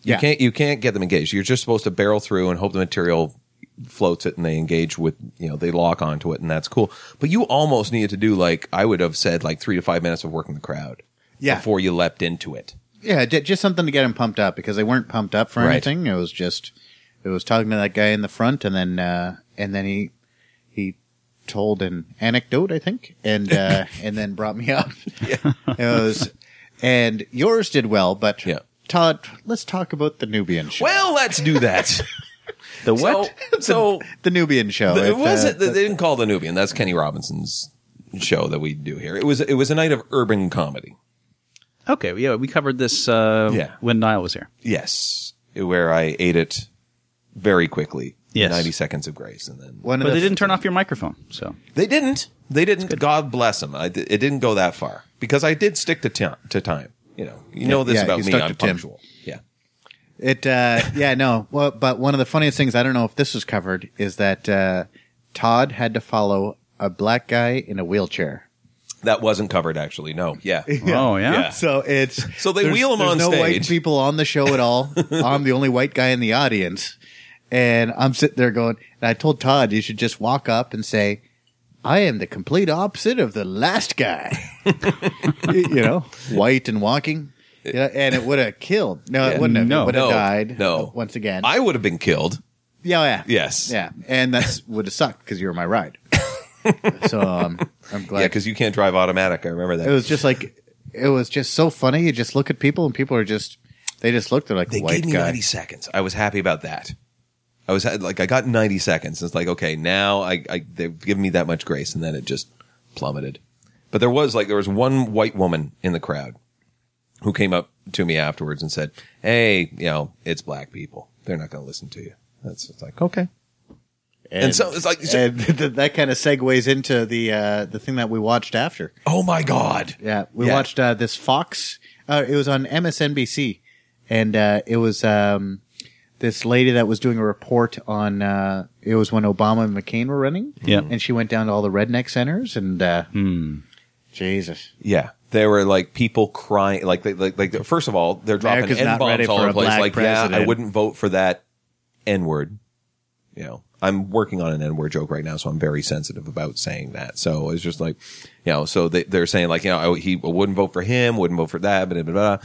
Speaker 2: You
Speaker 3: Yeah.
Speaker 2: can't you can't get them engaged. You're just supposed to barrel through and hope the material floats it and they engage with you know they lock onto it and that's cool. But you almost needed to do like I would have said like three to five minutes of working the crowd
Speaker 3: Yeah.
Speaker 2: before you leapt into it.
Speaker 3: yeah, j- just something to get them pumped up because they weren't pumped up for
Speaker 2: Right.
Speaker 3: anything. It was just it was talking to that guy in the front, and then uh, and then he he told an anecdote, I think, and uh, and then brought me up. It was and yours did well, but
Speaker 2: Yeah.
Speaker 3: Todd, let's talk about the Nubian show.
Speaker 2: Well, let's do that.
Speaker 1: The
Speaker 2: so,
Speaker 1: what?
Speaker 2: so
Speaker 3: the Nubian show.
Speaker 2: The-
Speaker 3: It,
Speaker 2: it was
Speaker 3: uh,
Speaker 2: it. They didn't call the Nubian. That's Kenny Robinson's show that we do here. It was it was a night of urban comedy.
Speaker 1: okay, yeah, we covered this uh,
Speaker 2: Yeah.
Speaker 1: when Niall was here.
Speaker 2: Yes, where I ate it very quickly.
Speaker 1: Yes.
Speaker 2: ninety seconds of grace, and then
Speaker 3: one of
Speaker 1: But
Speaker 3: the
Speaker 1: they didn't turn off your microphone, so
Speaker 2: they didn't. They didn't. God bless them. I di- it didn't go that far because I did stick to tim to time. You know, you know this
Speaker 3: yeah,
Speaker 2: about
Speaker 3: you
Speaker 2: me.
Speaker 3: stuck
Speaker 2: I'm
Speaker 3: to Tim.
Speaker 2: punctual. Yeah.
Speaker 3: It uh yeah, no. Well, but one of the funniest things I don't know if this was covered is that uh Todd had to follow a black guy in a wheelchair.
Speaker 2: That wasn't covered actually. No. Yeah.
Speaker 1: oh yeah,
Speaker 2: Yeah.
Speaker 3: So it's
Speaker 2: So they
Speaker 3: there's-
Speaker 2: wheel him
Speaker 3: there's
Speaker 2: on
Speaker 3: no white
Speaker 2: stage.
Speaker 3: people on the show at all. I'm the only white guy in the audience. And I'm sitting there going and I told Todd you should just walk up and say I am the complete opposite of the last guy. you know, white and walking. Yeah, and it would have killed. No,
Speaker 2: Yeah.
Speaker 3: it wouldn't have.
Speaker 1: No.
Speaker 3: it would have
Speaker 2: no.
Speaker 3: died.
Speaker 2: No.
Speaker 3: Once again.
Speaker 2: I would have been killed.
Speaker 3: Yeah, oh, yeah.
Speaker 2: Yes.
Speaker 3: Yeah. And that would have sucked because you were my ride. so um, I'm glad.
Speaker 2: Yeah, because you can't drive automatic. I remember that.
Speaker 3: it was just like, it was just so funny. You just look at people and people are just, they just look, they're like,
Speaker 2: they
Speaker 3: white
Speaker 2: gave me
Speaker 3: guy.
Speaker 2: 90 seconds. I was happy about that. I was had- like, I got 90 seconds. It's like, okay, now I, I they've given me that much grace, and then it just plummeted. But there was like there was one white woman in the crowd who came up to me afterwards and said, "Hey, you know, it's black people. They're not going to listen to you." That's it's like okay. And, so it's like, so-
Speaker 3: and th- that kind of segues into the uh, the thing that we watched after.
Speaker 2: oh my god,
Speaker 3: Yeah, we
Speaker 2: Yeah.
Speaker 3: watched uh, this Fox. Uh, it was on MSNBC, and uh, it was um, this lady that was doing a report on. Uh, it was when Obama and McCain were running.
Speaker 1: Yeah.
Speaker 3: and she went down to all the redneck centers and. Uh,
Speaker 2: Hmm.
Speaker 3: Jesus,
Speaker 2: Yeah. There were like people crying, like, they, like, like, first of all, they're dropping
Speaker 3: America's not
Speaker 2: N bombs
Speaker 3: ready
Speaker 2: all
Speaker 3: for
Speaker 2: over the
Speaker 3: a
Speaker 2: place.
Speaker 3: black
Speaker 2: Like, yeah, I
Speaker 3: president.
Speaker 2: wouldn't vote for that N word. You know, I'm working on an N word joke right now, so I'm very sensitive about saying that. So it's just like, you know, so they, they're saying like, you know, I, he I wouldn't vote for him, wouldn't vote for that, blah, blah, blah.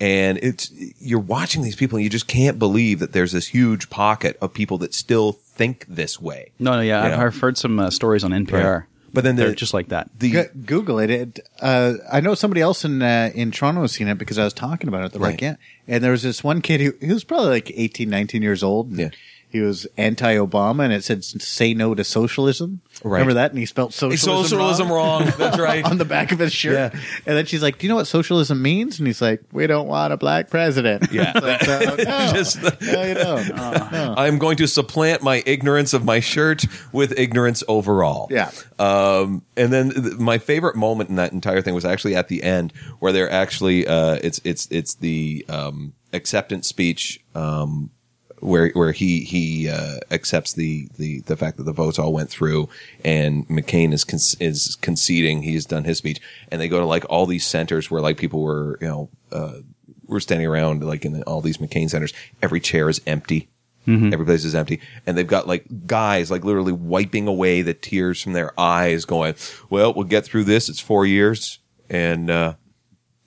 Speaker 2: And it's, you're watching these people and you just can't believe that there's this huge pocket of people that still think this way.
Speaker 1: no, no, yeah,
Speaker 2: You
Speaker 1: I've,
Speaker 2: know?
Speaker 1: I've heard some uh, stories on NPR,
Speaker 2: Right. But then
Speaker 1: they're
Speaker 2: the-
Speaker 1: just like that.
Speaker 2: The,
Speaker 3: Go- Google it. it uh, I know somebody else in uh, in Toronto has seen it because I was talking about it. They're like,
Speaker 2: Right.
Speaker 3: yeah. And there was this one kid who, who was probably like 18, 19 years old. And
Speaker 2: Yeah.
Speaker 3: he was anti-Obama, and it said "Say no to socialism."
Speaker 2: Right.
Speaker 3: Remember that? And he spelled socialism,
Speaker 2: Socialism
Speaker 3: wrong.
Speaker 2: wrong. That's right.
Speaker 3: on the back of his shirt.
Speaker 2: Yeah.
Speaker 3: And then she's like, "Do you know what socialism means?" And he's like, "We don't want a black president."
Speaker 2: Yeah.
Speaker 3: It's like, so, no,
Speaker 2: Just-
Speaker 3: no, you don't. No.
Speaker 2: I'm going to supplant my ignorance of my shirt with ignorance overall.
Speaker 3: Yeah.
Speaker 2: Um, and then th- my favorite moment in that entire thing was actually at the end where they're actually uh, it's it's it's the um, acceptance speech um, where where he he uh, accepts the the the fact that the votes all went through and McCain is con- is conceding he's done his speech and they go to like all these centers where like people were you know uh, were standing around like in all these McCain centers every chair is empty.
Speaker 1: Mm-hmm.
Speaker 2: Every place is empty, and they've got like guys like literally wiping away the tears from their eyes, going, "Well, we'll get through this. It's four years, and uh,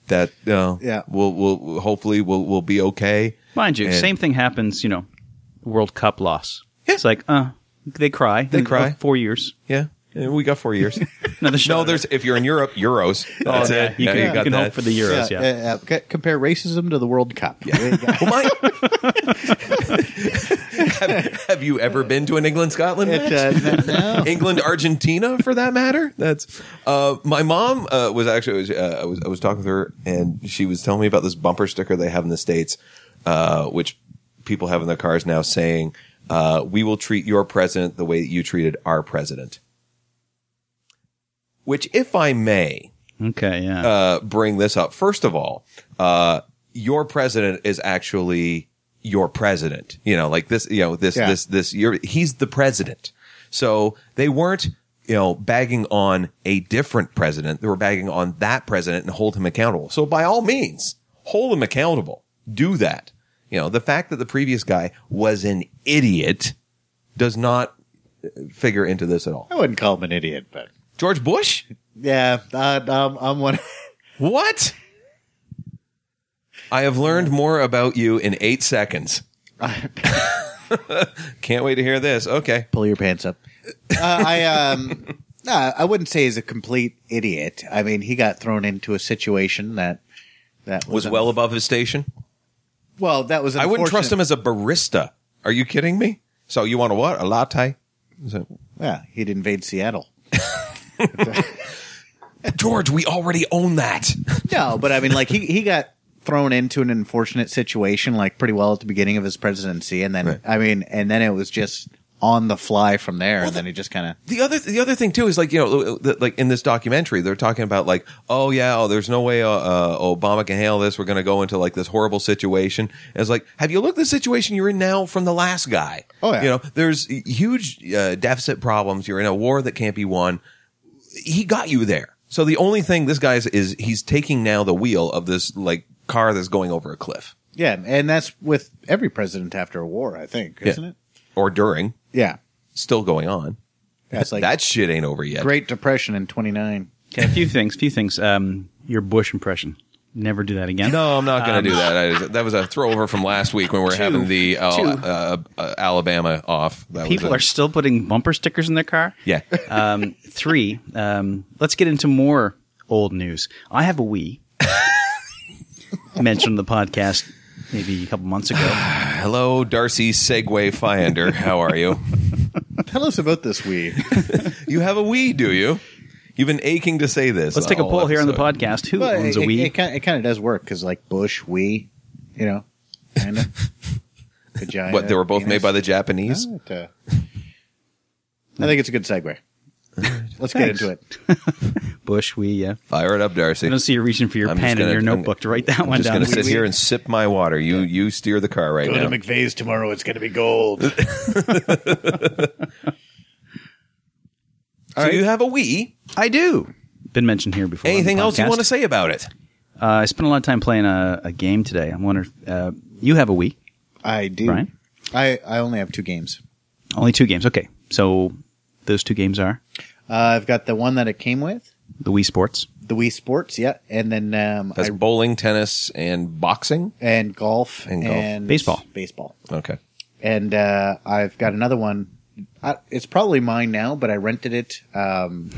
Speaker 2: that uh,
Speaker 3: Yeah.
Speaker 2: we'll we'll hopefully we'll we'll be okay."
Speaker 1: Mind you,
Speaker 2: And-
Speaker 1: same thing happens, you know, World Cup loss. It's like, uh, they cry. They
Speaker 2: cry.
Speaker 1: four years.
Speaker 2: Yeah, Yeah, we got four years.
Speaker 1: Another
Speaker 2: no,
Speaker 1: shot.
Speaker 2: there's if you're in Europe, euros. That's
Speaker 1: Oh, yeah,
Speaker 2: it.
Speaker 1: You
Speaker 2: Yeah,
Speaker 1: can, you
Speaker 2: got
Speaker 1: can
Speaker 2: that.
Speaker 1: hope for the Euros, yeah.
Speaker 3: uh, uh, c- compare racism to the World Cup.
Speaker 2: Well, my- have, have you ever been to an England Scotland match?
Speaker 3: It, uh, no.
Speaker 2: England, Argentina, for that matter. That's uh, my mom uh, was actually I was, uh, I was I was talking with her and she was telling me about this bumper sticker they have in the states, uh, which people have in their cars now, saying uh, "We will treat your president the way that you treated our president." Which, if I may,
Speaker 1: Okay, yeah.
Speaker 2: uh, bring this up. First of all, uh, your president is actually your president. You know, like this, you know, this,
Speaker 3: Yeah.
Speaker 2: this, this, you're, he's the president. So they weren't, you know, bagging on a different president. They were bagging on that president and hold him accountable. So by all means, hold him accountable. Do that. You know, the fact that the previous guy was an idiot does not uh, figure into this at all.
Speaker 3: I wouldn't call him an idiot, but
Speaker 2: George Bush?
Speaker 3: yeah, I, I'm, I'm one.
Speaker 2: What? I have learned more about you in eight seconds. Can't wait to hear this. Okay.
Speaker 3: Pull your pants up. Uh, I um, no, I wouldn't say he's a complete idiot. I mean, he got thrown into a situation that that
Speaker 2: Was
Speaker 3: was
Speaker 2: well above his station.
Speaker 3: Well, that was.
Speaker 2: I wouldn't trust him
Speaker 3: unfortunate.
Speaker 2: as a barista. Are you kidding me? So you want a what? A latte? So-
Speaker 3: Yeah, he'd invade Seattle.
Speaker 2: George, we already own that.
Speaker 3: No, but I mean, like he he got thrown into an unfortunate situation, like pretty well at the beginning of his presidency, and then
Speaker 2: Right.
Speaker 3: I mean, and then it was just on the fly from there, and then he just kind of
Speaker 2: the other the other thing too is like you know the- like in this documentary they're talking about like oh yeah oh there's no way uh, uh, Obama can handle this we're going to go into like this horrible situation and it's like have you looked at the situation you're in now from the last guy
Speaker 3: Oh, yeah.
Speaker 2: you know there's huge uh, deficit problems you're in a war that can't be won he got you there so the only thing this guy's is he's taking now the wheel of this like car that's going over a cliff
Speaker 3: yeah, and that's with every president after a war, I think, isn't
Speaker 2: Yeah.
Speaker 3: it?
Speaker 2: or during
Speaker 3: Yeah,
Speaker 2: still going on
Speaker 3: that's like
Speaker 2: that shit ain't over yet
Speaker 3: Great Depression in twenty nine.
Speaker 1: Okay, a few things, few things. Um, your Bush impression. Never do that again.
Speaker 2: No, I'm not going to
Speaker 1: Um,
Speaker 2: do that. I, that was a throwover from last week when we were having the uh,
Speaker 1: two.
Speaker 2: uh, uh, Alabama off. That
Speaker 1: People are
Speaker 2: was
Speaker 1: still putting bumper stickers in their car.
Speaker 2: Yeah.
Speaker 1: Um, three. Um, let's get into more old news. I have a Wii. Mentioned on the podcast maybe a couple months ago.
Speaker 2: Hello, Darcy Segway Finder. How are you?
Speaker 3: Tell us about this we.
Speaker 2: You have a Wii, do you? You've been aching to say this.
Speaker 1: Let's take a
Speaker 2: all
Speaker 1: poll here on the
Speaker 2: episode.
Speaker 1: podcast. Who
Speaker 3: Well,
Speaker 1: owns
Speaker 3: it,
Speaker 1: a Wii?
Speaker 3: it, it kind of does work because like Bush, we, you know, kind of vagina.
Speaker 2: What they were both made by the Japanese.
Speaker 1: Oh.
Speaker 3: It, uh, I think it's a good segue. Let's get
Speaker 1: Thanks.
Speaker 3: into it.
Speaker 1: Bush Wii, yeah.
Speaker 2: Fire it up, Darcy.
Speaker 1: I don't see a reason for your
Speaker 2: I'm just
Speaker 1: pen and
Speaker 2: gonna-
Speaker 1: your
Speaker 2: I'm-
Speaker 1: notebook to write that
Speaker 2: I'm
Speaker 1: one
Speaker 2: just
Speaker 1: down.
Speaker 2: to sit here and sip my water. You you steer the car right now.
Speaker 3: McVeigh's tomorrow. It's going to be gold.
Speaker 2: so you have a Wii.
Speaker 1: I do. Been mentioned here before. on the
Speaker 2: Anything else you
Speaker 1: podcast.
Speaker 2: want to say about it?
Speaker 1: Uh, I spent a lot of time playing a, a game today. I wonder if uh, you have a Wii.
Speaker 3: I do.
Speaker 1: Brian?
Speaker 3: I, I only have two games.
Speaker 1: Only two games. Okay. So those two games are
Speaker 3: Uh, I've got the one that it came with,
Speaker 1: the Wii Sports.
Speaker 3: the Wii Sports, yeah, and then um,
Speaker 2: That's
Speaker 3: I,
Speaker 2: bowling, tennis, and boxing.
Speaker 3: and golf
Speaker 2: And golf.
Speaker 1: Baseball.
Speaker 3: baseball.
Speaker 2: Okay.
Speaker 3: And uh, I've got another one. I, it's probably mine now, but I rented it um,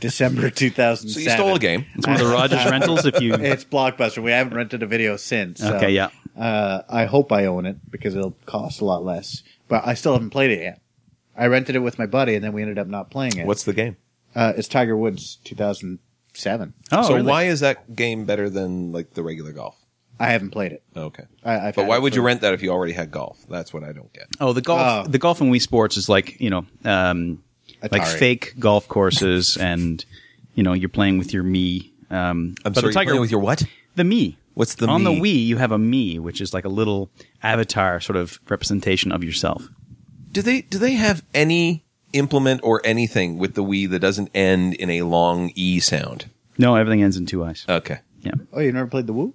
Speaker 3: December 2007.
Speaker 2: So you stole a game.
Speaker 1: It's one of the Rogers rentals if you
Speaker 3: It's Blockbuster. We haven't rented a video since. so,
Speaker 1: Okay, yeah.
Speaker 3: Uh, I hope I own it because it'll cost a lot less. But I still haven't played it yet. I rented it with my buddy, and then we ended up not playing it.
Speaker 2: What's the game?
Speaker 3: uh, it's Tiger Woods 2007?
Speaker 1: Oh,
Speaker 2: so
Speaker 1: really?
Speaker 2: why is that game better than like the regular golf? Oh,
Speaker 3: I haven't played it.
Speaker 2: Okay.
Speaker 3: I, I've
Speaker 2: but
Speaker 3: had
Speaker 2: why
Speaker 3: it
Speaker 2: would you
Speaker 3: for-
Speaker 2: rent that if you already had golf? That's what I don't get.
Speaker 1: Oh, the golf,
Speaker 3: Oh.
Speaker 1: the golf in Wii Sports is like you know, um, like
Speaker 3: Atari.
Speaker 1: fake golf courses, and you know you're playing with your me. Um,
Speaker 2: I'm
Speaker 1: but
Speaker 2: sorry,
Speaker 1: the
Speaker 2: you're
Speaker 1: Tiger
Speaker 2: playing with your what?
Speaker 1: the me.
Speaker 2: What's the
Speaker 1: on
Speaker 2: me?
Speaker 1: the Wii? You have a me, which is like a little avatar sort of representation of yourself.
Speaker 2: Do they do they have any implement or anything with the Wii that doesn't end in a long e sound?
Speaker 1: No, everything ends in two eyes.
Speaker 2: Okay.
Speaker 1: yeah,
Speaker 3: Oh, you never played the Woo?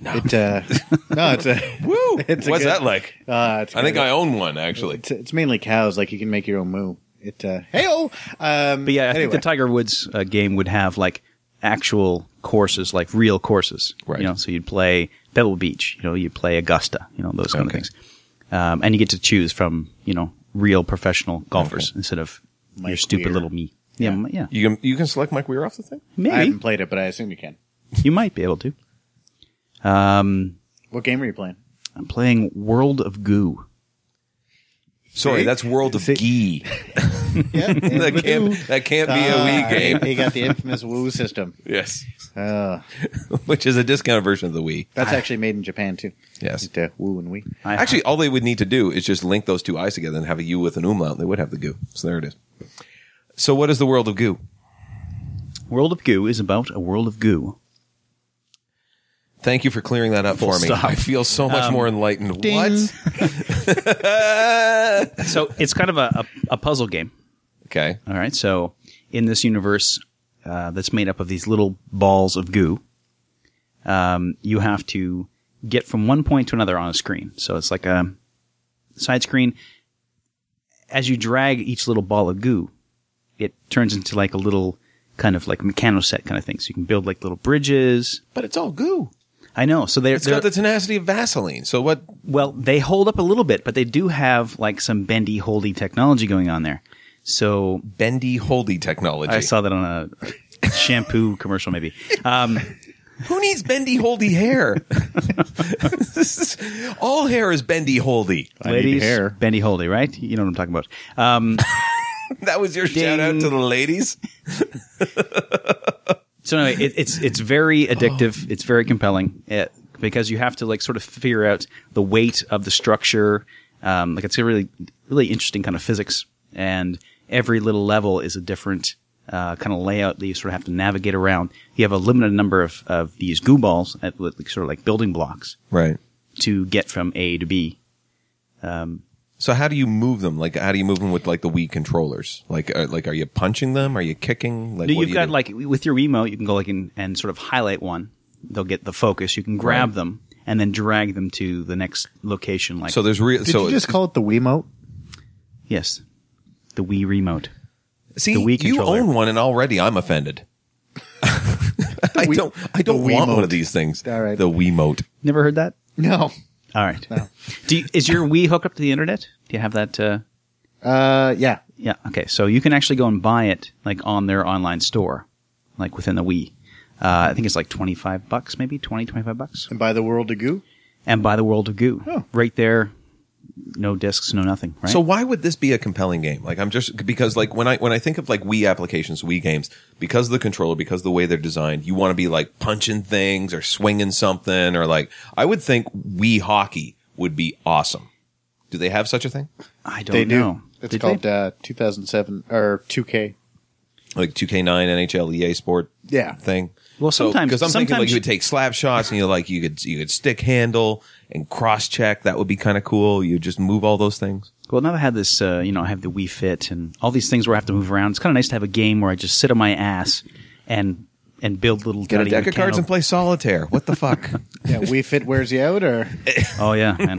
Speaker 3: No. It, uh, no, it's a
Speaker 2: Woo!
Speaker 3: It's
Speaker 2: What's
Speaker 3: a good-
Speaker 2: that like?
Speaker 3: Uh, it's
Speaker 2: I think
Speaker 3: good.
Speaker 2: I own one actually.
Speaker 3: It's, it's mainly cows. Like you can make your own moo. It uh, hey-o! Um,
Speaker 1: but yeah, I think
Speaker 3: anyway.
Speaker 1: the Tiger Woods uh, game would have like actual courses, like real courses.
Speaker 2: Right.
Speaker 1: You know, so you'd play Pebble Beach. You know, you play Augusta. You know, those kind
Speaker 2: Okay.
Speaker 1: of things. Um, and you get to choose from you know real professional golfers instead of your
Speaker 3: Mike
Speaker 1: stupid
Speaker 3: Weir.
Speaker 1: little me. Yeah, m- yeah.
Speaker 2: You can you can select Mike Weir off the thing.
Speaker 3: I haven't
Speaker 1: Maybe
Speaker 3: played it, but I assume you can.
Speaker 1: you might be able to. Um,
Speaker 3: What game are you playing?
Speaker 1: I'm playing World of Goo.
Speaker 2: Sorry,
Speaker 3: See?
Speaker 2: that's World of
Speaker 3: See?
Speaker 2: Gee.
Speaker 3: Yeah, Ah,
Speaker 2: That can't that can't be a Wii game.
Speaker 3: He got the infamous Woo system.
Speaker 2: Yes,
Speaker 3: Uh,
Speaker 2: which is a discount version of the Wii.
Speaker 3: that's actually made in Japan too.
Speaker 2: Yes.
Speaker 3: It, uh, Woo and Wii.
Speaker 1: I-
Speaker 2: Actually, all they would need to do is just link those two eyes together and have a U with an umlaut, and they would have the goo. So there it is. So what is the world of goo?
Speaker 1: World of Goo is about a world of goo.
Speaker 2: Thank you for clearing that up
Speaker 1: Full
Speaker 2: for me.
Speaker 1: stop. Um,
Speaker 2: I feel so much more enlightened.
Speaker 3: ding.
Speaker 2: What?
Speaker 1: So it's kind of a, a, a puzzle game.
Speaker 2: Okay.
Speaker 1: All right. So in this universe uh, that's made up of these little balls of goo, um, you have to get from one point to another on a screen. So it's like a side screen. As you drag each little ball of goo, it turns into like a little kind of like mechano set kind of thing. So you can build like little bridges.
Speaker 2: But it's all goo.
Speaker 1: I know. So they're,
Speaker 2: It's
Speaker 1: they're
Speaker 2: got the tenacity of Vaseline. So what?
Speaker 1: well, they hold up a little bit, but they do have like some bendy, holdy technology going on there. So
Speaker 2: Bendy holdy technology.
Speaker 1: I saw that on a shampoo commercial, maybe. Um,
Speaker 2: Who needs bendy holdy hair? This is- all hair is bendy holdy.
Speaker 3: need
Speaker 1: ladies,
Speaker 3: hair.
Speaker 1: bendy, holdy, right? You know what I'm talking about. Um,
Speaker 2: That was your shout out
Speaker 1: Ding.
Speaker 2: to the ladies.
Speaker 1: so anyway, it, it's it's very addictive. It's very compelling eh, because you have to like sort of figure out the weight of the structure. Um, like it's a really really interesting kind of physics, and every little level is a different. Uh, kind of layout that you sort of have to navigate around. You have a limited number of, of these goo balls, at, like, sort of like building blocks,
Speaker 2: Right.
Speaker 1: to get from A to B.
Speaker 2: So how do you move them? Like how do you move them with like the Wii controllers? Like are, like are you punching them? Are you kicking? Like
Speaker 1: No,
Speaker 2: what do
Speaker 1: you've
Speaker 2: you
Speaker 1: got
Speaker 2: do?
Speaker 1: like with your emote, you can go like and, and sort of highlight one. They'll get the focus. You can grab
Speaker 2: Right.
Speaker 1: them and then drag them to the next location. Like
Speaker 2: so there's real
Speaker 3: Did
Speaker 2: so
Speaker 3: you just call it the Wiimote?
Speaker 1: yes, the Wii remote.
Speaker 2: see
Speaker 1: the Wii
Speaker 2: you
Speaker 1: controller.
Speaker 2: own one and already I'm offended. I don't I don't
Speaker 3: the
Speaker 2: want one
Speaker 3: Wiimote.
Speaker 2: of these things.
Speaker 3: All right.
Speaker 2: The Wiimote.
Speaker 1: Never heard that.
Speaker 3: No.
Speaker 1: All right. Do you, is your Wii hooked up to the internet? Do you have that? Uh,
Speaker 3: Uh, yeah.
Speaker 1: yeah. Okay. So you can actually go and buy it like on their online store, like within the Wii. Uh, I think it's like 25 bucks, maybe 20, 25 bucks.
Speaker 3: And by the world of goo.
Speaker 1: And buy the World of Goo.
Speaker 3: Oh.
Speaker 1: Right there. No discs, no nothing, right?
Speaker 2: So why would this be a compelling game? Like I'm just because like when I when I think of like Wii applications, Wii games, because of the controller, because of the way they're designed, you want to be like punching things or swinging something or like I would think Wii hockey would be awesome. Do they have such a thing?
Speaker 1: I don't
Speaker 3: They do.
Speaker 1: know. Did
Speaker 3: It's
Speaker 1: they?
Speaker 3: called uh, 2007 or 2K.
Speaker 2: like 2K9 NHL EA E Sport
Speaker 3: Yeah.
Speaker 2: thing.
Speaker 1: Well, sometimes-
Speaker 2: because I'm thinking like
Speaker 1: sometimes-
Speaker 2: you would take slap shots and you like you could you could stick handle and cross check that would be kind of cool. You just move all those things.
Speaker 1: Well, now that I have this, uh, you know, I have the Wii Fit and all these things where I have to move around. It's kind of nice to have a game where I just sit on my ass and and build little
Speaker 2: Get a
Speaker 1: tiny
Speaker 2: deck of
Speaker 1: mechano-
Speaker 2: cards and play solitaire. What the fuck?
Speaker 3: Yeah, Wii Fit wears you out, or
Speaker 1: Oh yeah, man,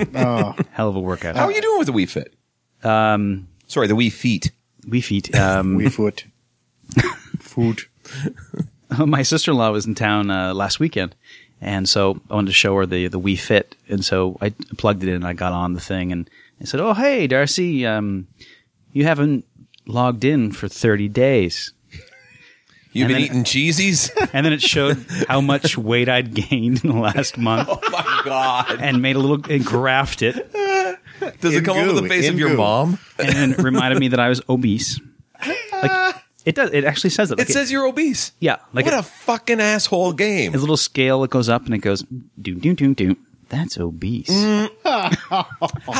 Speaker 1: hell of a workout.
Speaker 2: How are you doing with the Wii Fit? Um, sorry, the Wii Feet.
Speaker 1: Wii Feet. Um,
Speaker 3: Wii Foot. Foot.
Speaker 1: my sister in law was in town uh, last weekend, and so I wanted to show her the the Wii Fit, and so I plugged it in. and I got on the thing and I said, "Oh hey, Darcy, um, you haven't logged in for thirty days."
Speaker 2: You've
Speaker 1: And
Speaker 2: been
Speaker 1: then-
Speaker 2: eating cheesies?
Speaker 1: And then it showed how much weight I'd gained in the last month
Speaker 2: My God.
Speaker 1: and made a little and graphed it.
Speaker 2: Does it
Speaker 3: In
Speaker 2: come over the
Speaker 3: goo,
Speaker 2: face of
Speaker 3: in
Speaker 2: your
Speaker 3: goo.
Speaker 2: mom?
Speaker 1: And then it reminded me that I was obese. Like, it does. It actually says it. Like
Speaker 2: It says you're obese.
Speaker 1: yeah. Like
Speaker 2: what
Speaker 1: it-
Speaker 2: a fucking asshole game.
Speaker 1: a little scale that goes up and it goes doom doom doom doom. That's obese.
Speaker 2: How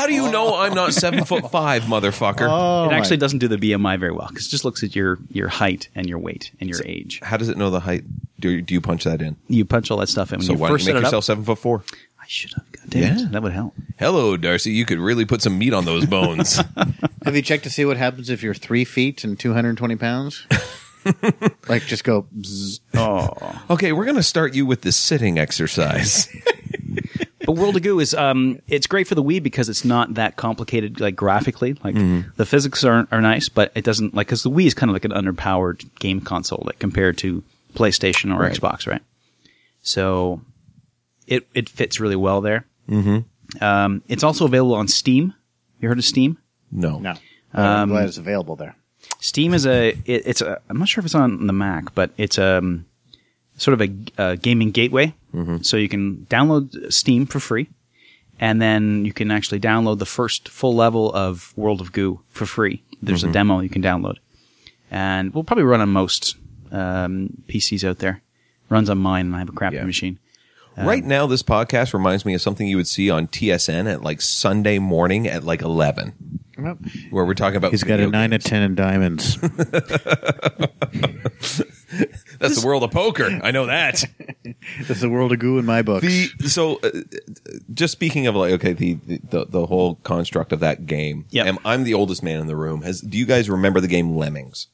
Speaker 2: do you know I'm not seven foot five, motherfucker?
Speaker 1: it actually doesn't do the BMI very well because it just looks at your your height and your weight and your age.
Speaker 2: How does it know the height? Do, do you punch that in?
Speaker 1: You punch all that stuff in when
Speaker 2: So
Speaker 1: you
Speaker 2: why don't
Speaker 1: first
Speaker 2: you make
Speaker 1: set it
Speaker 2: yourself
Speaker 1: up.
Speaker 2: seven foot four?
Speaker 1: I should have. God damn it,
Speaker 3: Yeah.
Speaker 1: that would help.
Speaker 2: Hello, Darcy. You could really put some meat on those bones.
Speaker 3: Have you checked to see what happens if you're three feet and 220 pounds? like, just go. bzzz.
Speaker 1: Oh,
Speaker 2: okay, we're going to start you with the sitting exercise.
Speaker 1: but World of Goo is um, it's great for the Wii because it's not that complicated like graphically. Like the physics are are nice, but it doesn't like because the Wii is kind of like an underpowered game console like compared to PlayStation or Xbox, right? So it it fits really well there. Mm-hmm. Um, it's also available on Steam. You heard of Steam?
Speaker 2: No.
Speaker 3: No. I'm glad it's available there.
Speaker 1: Steam is a it, it's a I'm not sure if it's on the Mac, but it's um sort of a, uh gaming gateway.
Speaker 2: Mm-hmm.
Speaker 1: So you can download Steam for free, and then you can actually download the first full level of World of Goo for free. There's
Speaker 2: Mm-hmm.
Speaker 1: a demo you can download, and we'll probably run on most um, PCs out there. Runs on mine, and I have a crappy
Speaker 2: Yeah.
Speaker 1: machine.
Speaker 2: Right now, this podcast reminds me of something you would see on TSN at like Sunday morning at like 11, where we're talking about.
Speaker 3: He's got a
Speaker 2: video
Speaker 3: 9
Speaker 2: games.
Speaker 3: of 10 in diamonds.
Speaker 2: That's the world of poker. I know that.
Speaker 3: It's a world of goo in my books.
Speaker 2: the so uh, just speaking of like okay the the, the, the whole construct of that game
Speaker 1: Yep.
Speaker 2: am, i'm the oldest man in the room has do you guys remember the game lemmings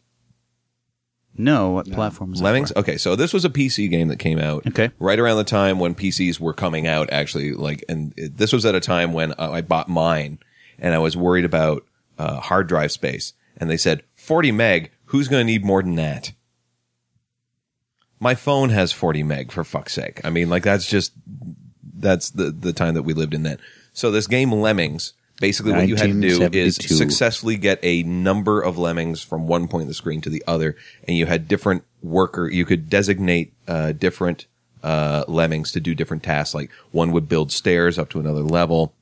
Speaker 1: No, what platform is that
Speaker 2: lemmings
Speaker 1: for?
Speaker 2: okay so this was a pc game that came out
Speaker 1: Okay.
Speaker 2: right around the time when pcs were coming out actually like and it, this was at a time when uh, i bought mine and i was worried about uh, hard drive space and they said 40 meg who's going to need more than that my phone has 40 meg for fuck's sake i mean like that's just that's the the time that we lived in then. So this game Lemmings, basically what you had to do is
Speaker 3: 1972.
Speaker 2: successfully get a number of lemmings from one point of the screen to the other, and you had different worker. You could designate uh, different uh, lemmings to do different tasks. Like one would build stairs up to another level.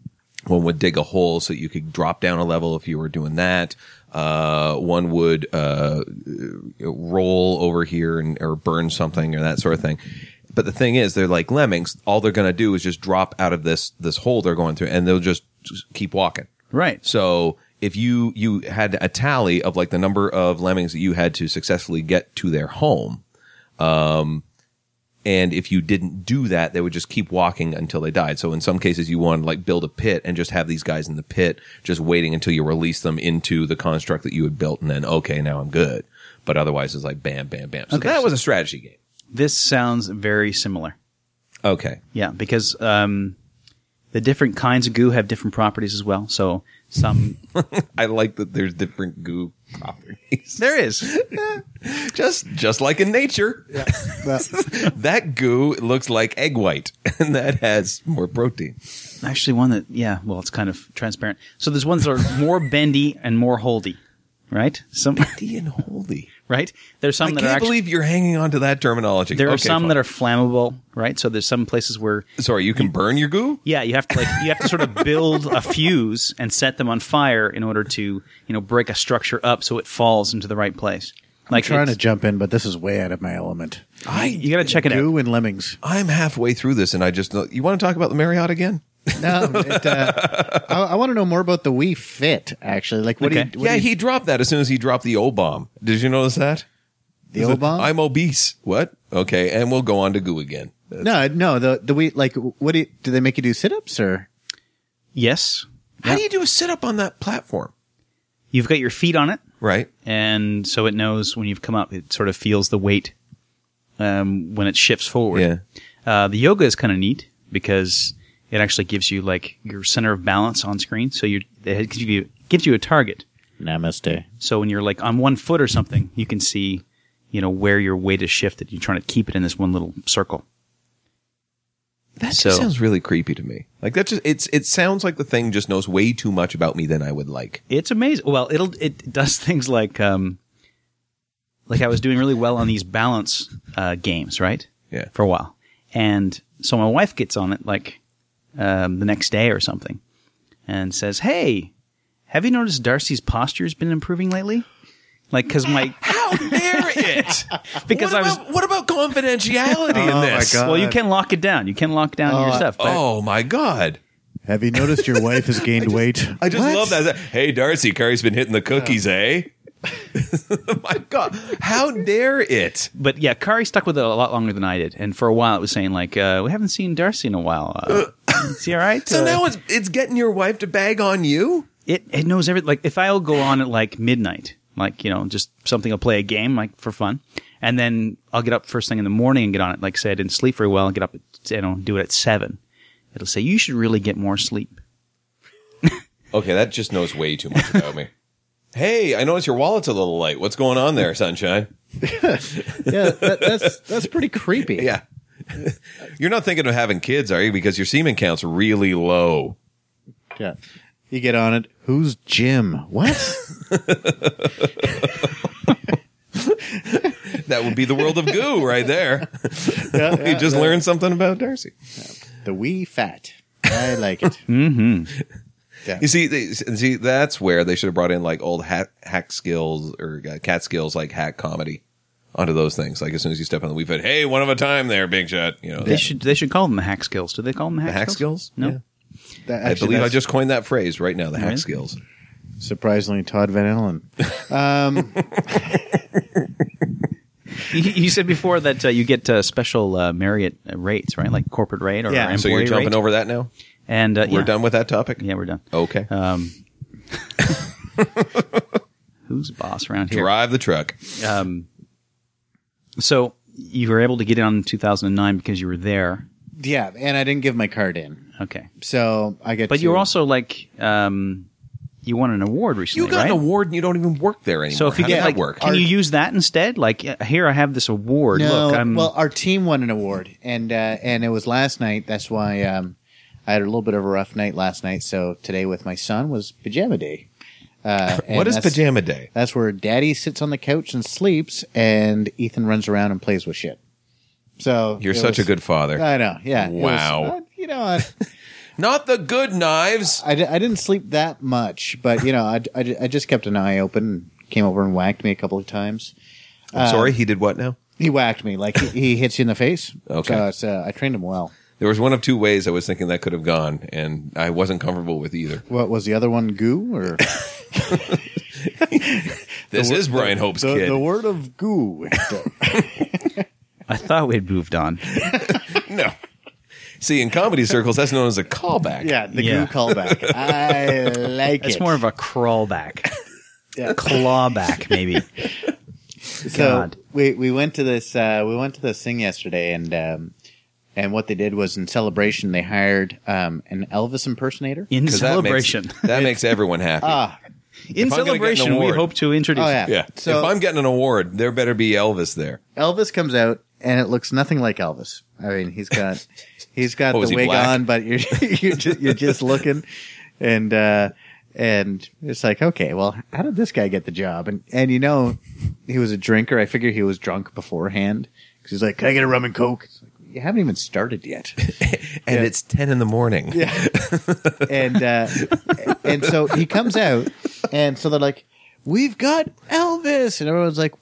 Speaker 2: One would dig a hole so you could drop down a level if you were doing that. Uh, one would uh, roll over here and or burn something or that sort of thing. But the thing is, they're like lemmings. All they're gonna do is just drop out of this this hole they're going through, and they'll just, just keep walking.
Speaker 1: Right.
Speaker 2: So if you you had a tally of like the number of lemmings that you had to successfully get to their home, um, and if you didn't do that, they would just keep walking until they died. So in some cases, you want to like build a pit and just have these guys in the pit, just waiting until you release them into the construct that you had built, and then okay, now I'm good. But otherwise, it's like bam, bam, bam. So
Speaker 1: Okay.
Speaker 2: that was a strategy game.
Speaker 1: This sounds very similar.
Speaker 2: Okay.
Speaker 1: Yeah, because um, the different kinds of goo have different properties as well. So some
Speaker 2: I like that there's different goo properties.
Speaker 1: there is.
Speaker 2: just just like in nature. that goo looks like egg white and that has more protein.
Speaker 1: Actually, one that yeah, well, it's kind of transparent. So there's ones that are more bendy and more holdy, right? Some
Speaker 2: Bendy and holdy.
Speaker 1: right. There's some
Speaker 2: I
Speaker 1: that
Speaker 2: can't
Speaker 1: are actually
Speaker 2: believe you're hanging on to that terminology.
Speaker 1: there are
Speaker 2: Okay,
Speaker 1: some
Speaker 2: fine.
Speaker 1: that are flammable, right? So there's some places where
Speaker 2: Sorry, you can burn your goo?
Speaker 1: yeah, you have to like you have to sort of build a fuse and set them on fire in order to you know break a structure up so it falls into the right place. Like
Speaker 3: I'm trying to
Speaker 1: it's-
Speaker 3: jump in, but this is way out of my element.
Speaker 2: I
Speaker 1: you got to check it out.
Speaker 3: Goo and lemmings.
Speaker 2: I'm halfway through this and I just know you want to talk about the Marriott again?
Speaker 3: No, it, uh, I, I want to know more about the Wii Fit. Actually, like what?
Speaker 1: Okay.
Speaker 3: Do you, what
Speaker 2: yeah,
Speaker 3: do you,
Speaker 2: he dropped that as soon as he dropped the O bomb. Did you notice that?
Speaker 3: the old bomb.
Speaker 2: I'm obese. What? Okay, and we'll go on to goo again.
Speaker 3: no, no. The the Wii. Like, what do you, do they make you do? Sit ups or?
Speaker 1: Yes,
Speaker 2: How do you do a sit up on that platform?
Speaker 1: you've got your feet on it.
Speaker 2: Right?
Speaker 1: and so it knows when you've come up. It sort of feels the weight um, when it shifts forward.
Speaker 2: Yeah.
Speaker 1: Uh, the yoga is kind of neat because it actually gives you like your center of balance on screen. So you it gives you gives you a target.
Speaker 3: Namaste.
Speaker 1: So when you're like on one foot or something, you can see you know where your weight is shifted. You're trying to keep it in this one little circle.
Speaker 2: That
Speaker 1: So-
Speaker 2: just sounds really creepy to me. Like that just it's it sounds like the thing just knows way too much about me than I would like.
Speaker 1: It's amazing. Well, it'll it does things like um, like I was doing really well on these balance uh, games, right?
Speaker 2: Yeah.
Speaker 1: For a while, and so my wife gets on it like um, the next day or something, and says, "Hey, have you noticed Darcy's posture's been improving lately? Like, because my
Speaker 2: How dare it?
Speaker 1: because I
Speaker 2: what,
Speaker 1: was."
Speaker 2: about, what about confidentiality in
Speaker 3: Oh, my
Speaker 2: this?
Speaker 3: God.
Speaker 1: well, you can lock it down. You can lock down your stuff. But
Speaker 2: Oh my god!
Speaker 3: Have you noticed your wife has gained weight?
Speaker 2: I just love
Speaker 3: What?
Speaker 2: that. Hey, Darcy, Curry's been hitting the cookies, eh? my god! How dare it?
Speaker 1: but yeah, Kari stuck with it a lot longer than I did, and for a while it was saying like, uh, "We haven't seen Darcy in a while. Uh, is he all right?"
Speaker 2: So
Speaker 1: Uh,
Speaker 2: now it's it's getting your wife to bag on you.
Speaker 1: it it knows everything. Like if I'll go on at like midnight, like you know, just something I'll play a game like for fun, and then I'll get up first thing in the morning and get on it. Like say I didn't sleep very well, and get up, at, you know, do it at seven. It'll say you should really get more sleep.
Speaker 2: Okay, that just knows way too much about me. Hey, I notice your wallet's a little light. What's going on there, sunshine?
Speaker 3: yeah, that, that's that's pretty creepy.
Speaker 2: Yeah. you're not thinking of having kids, are you? Because your semen count's really low.
Speaker 3: Yeah. You get on it. Who's Jim? What?
Speaker 2: That would be the world of goo right there. you just learned something about Darcy.
Speaker 3: the wee fat. I like it.
Speaker 2: You see, they, see, that's where they should have brought in like old hat, hack skills or uh, cat skills, like hack comedy, onto those things. Like as soon as you step on the weave, hey, one of a time there, big shot. You know,
Speaker 1: They should they should call them the hack skills. Do they call them the hack,
Speaker 2: the hack skills.
Speaker 1: No.
Speaker 2: Yeah.
Speaker 3: That-
Speaker 2: I
Speaker 3: actually,
Speaker 2: believe I
Speaker 3: that's
Speaker 2: just coined that phrase right now. The hack
Speaker 1: Really?
Speaker 2: skills.
Speaker 3: surprisingly Todd Van Allen. Um,
Speaker 1: You, you said before that uh, you get uh, special uh, Marriott rates, right? Like corporate rate or
Speaker 3: Yeah.
Speaker 1: employee
Speaker 2: So you're jumping
Speaker 1: rate.
Speaker 2: over that now.
Speaker 1: And uh,
Speaker 2: We're
Speaker 1: yeah.
Speaker 2: done with that topic.
Speaker 1: Yeah, we're done.
Speaker 2: Okay.
Speaker 1: Um, who's boss around here?
Speaker 2: Drive the truck.
Speaker 1: Um, so you were able to get in on 2009 because you were there.
Speaker 3: Yeah, and I didn't give my card in,
Speaker 1: Okay,
Speaker 3: so I get.
Speaker 1: but
Speaker 3: to,
Speaker 1: you were also like um, you won an award
Speaker 2: You
Speaker 1: recently,
Speaker 2: got
Speaker 1: right?
Speaker 2: an award and you don't even work there anymore.
Speaker 1: So if you
Speaker 2: How
Speaker 1: get
Speaker 2: did
Speaker 1: like,
Speaker 2: that work?
Speaker 1: can you use that instead? Like uh, here, I have this award.
Speaker 3: No,
Speaker 1: Look, I'm
Speaker 3: well, our team won an award, and uh, and it was last night. That's why um, I had a little bit of a rough night last night. So today with my son was pajama day. Uh, and
Speaker 2: What is
Speaker 3: that's-
Speaker 2: pajama day?
Speaker 3: That's where Daddy sits on the couch and sleeps, and Ethan runs around and plays with shit. So
Speaker 2: You're
Speaker 3: it
Speaker 2: such a
Speaker 3: was-
Speaker 2: good father.
Speaker 3: I know. Yeah. it was-
Speaker 2: Wow.
Speaker 3: uh, you know, I,
Speaker 2: Not the good knives.
Speaker 3: I, di- I didn't sleep that much, but you know, I, I, I just kept an eye open. Came over and whacked me a couple of times. Uh,
Speaker 2: I'm sorry, he did what now?
Speaker 3: He whacked me like he, he hits you in the face.
Speaker 2: Okay.
Speaker 3: So it's, uh, I trained him well.
Speaker 2: There was one of two ways I was thinking that could have gone, and I wasn't comfortable with either.
Speaker 3: What was the other one? Goo or
Speaker 2: This is Brian Hope's
Speaker 3: the,
Speaker 2: kid.
Speaker 3: the word of goo?
Speaker 1: I thought we'd moved on.
Speaker 2: no. See, in comedy circles, that's known as a callback.
Speaker 3: yeah, the
Speaker 1: Yeah.
Speaker 3: goo callback. I like
Speaker 1: It's
Speaker 3: it.
Speaker 1: more of a crawl back,
Speaker 3: Yeah.
Speaker 1: claw back, maybe.
Speaker 3: so
Speaker 1: God.
Speaker 3: we we went to this uh, we went to this thing yesterday, and um, and what they did was in celebration they hired um, an Elvis impersonator.
Speaker 1: In
Speaker 2: 'Cause that makes-
Speaker 1: celebration,
Speaker 2: That makes, everyone happy.
Speaker 3: Ah,
Speaker 1: in
Speaker 2: I'm gonna get an
Speaker 1: celebration, we
Speaker 2: award-
Speaker 1: hope to introduce.
Speaker 3: Oh, yeah.
Speaker 2: yeah.
Speaker 3: So-
Speaker 2: if I'm getting an award, there better be Elvis there.
Speaker 3: Elvis comes out and it looks nothing like Elvis. I mean, he's got he's got
Speaker 2: What,
Speaker 3: the
Speaker 2: was he
Speaker 3: wig
Speaker 2: black?
Speaker 3: on, but you're you're just, you're just looking and uh and it's like, okay, well, how did this guy get the job? And and you know, he was a drinker. I figure he was drunk beforehand because he's like, "Can I get a rum and coke?" It's like, you haven't even started yet.
Speaker 2: And it's 10 in the morning.
Speaker 3: and uh, and so he comes out, and so they're like, "We've got Elvis," and everyone's like,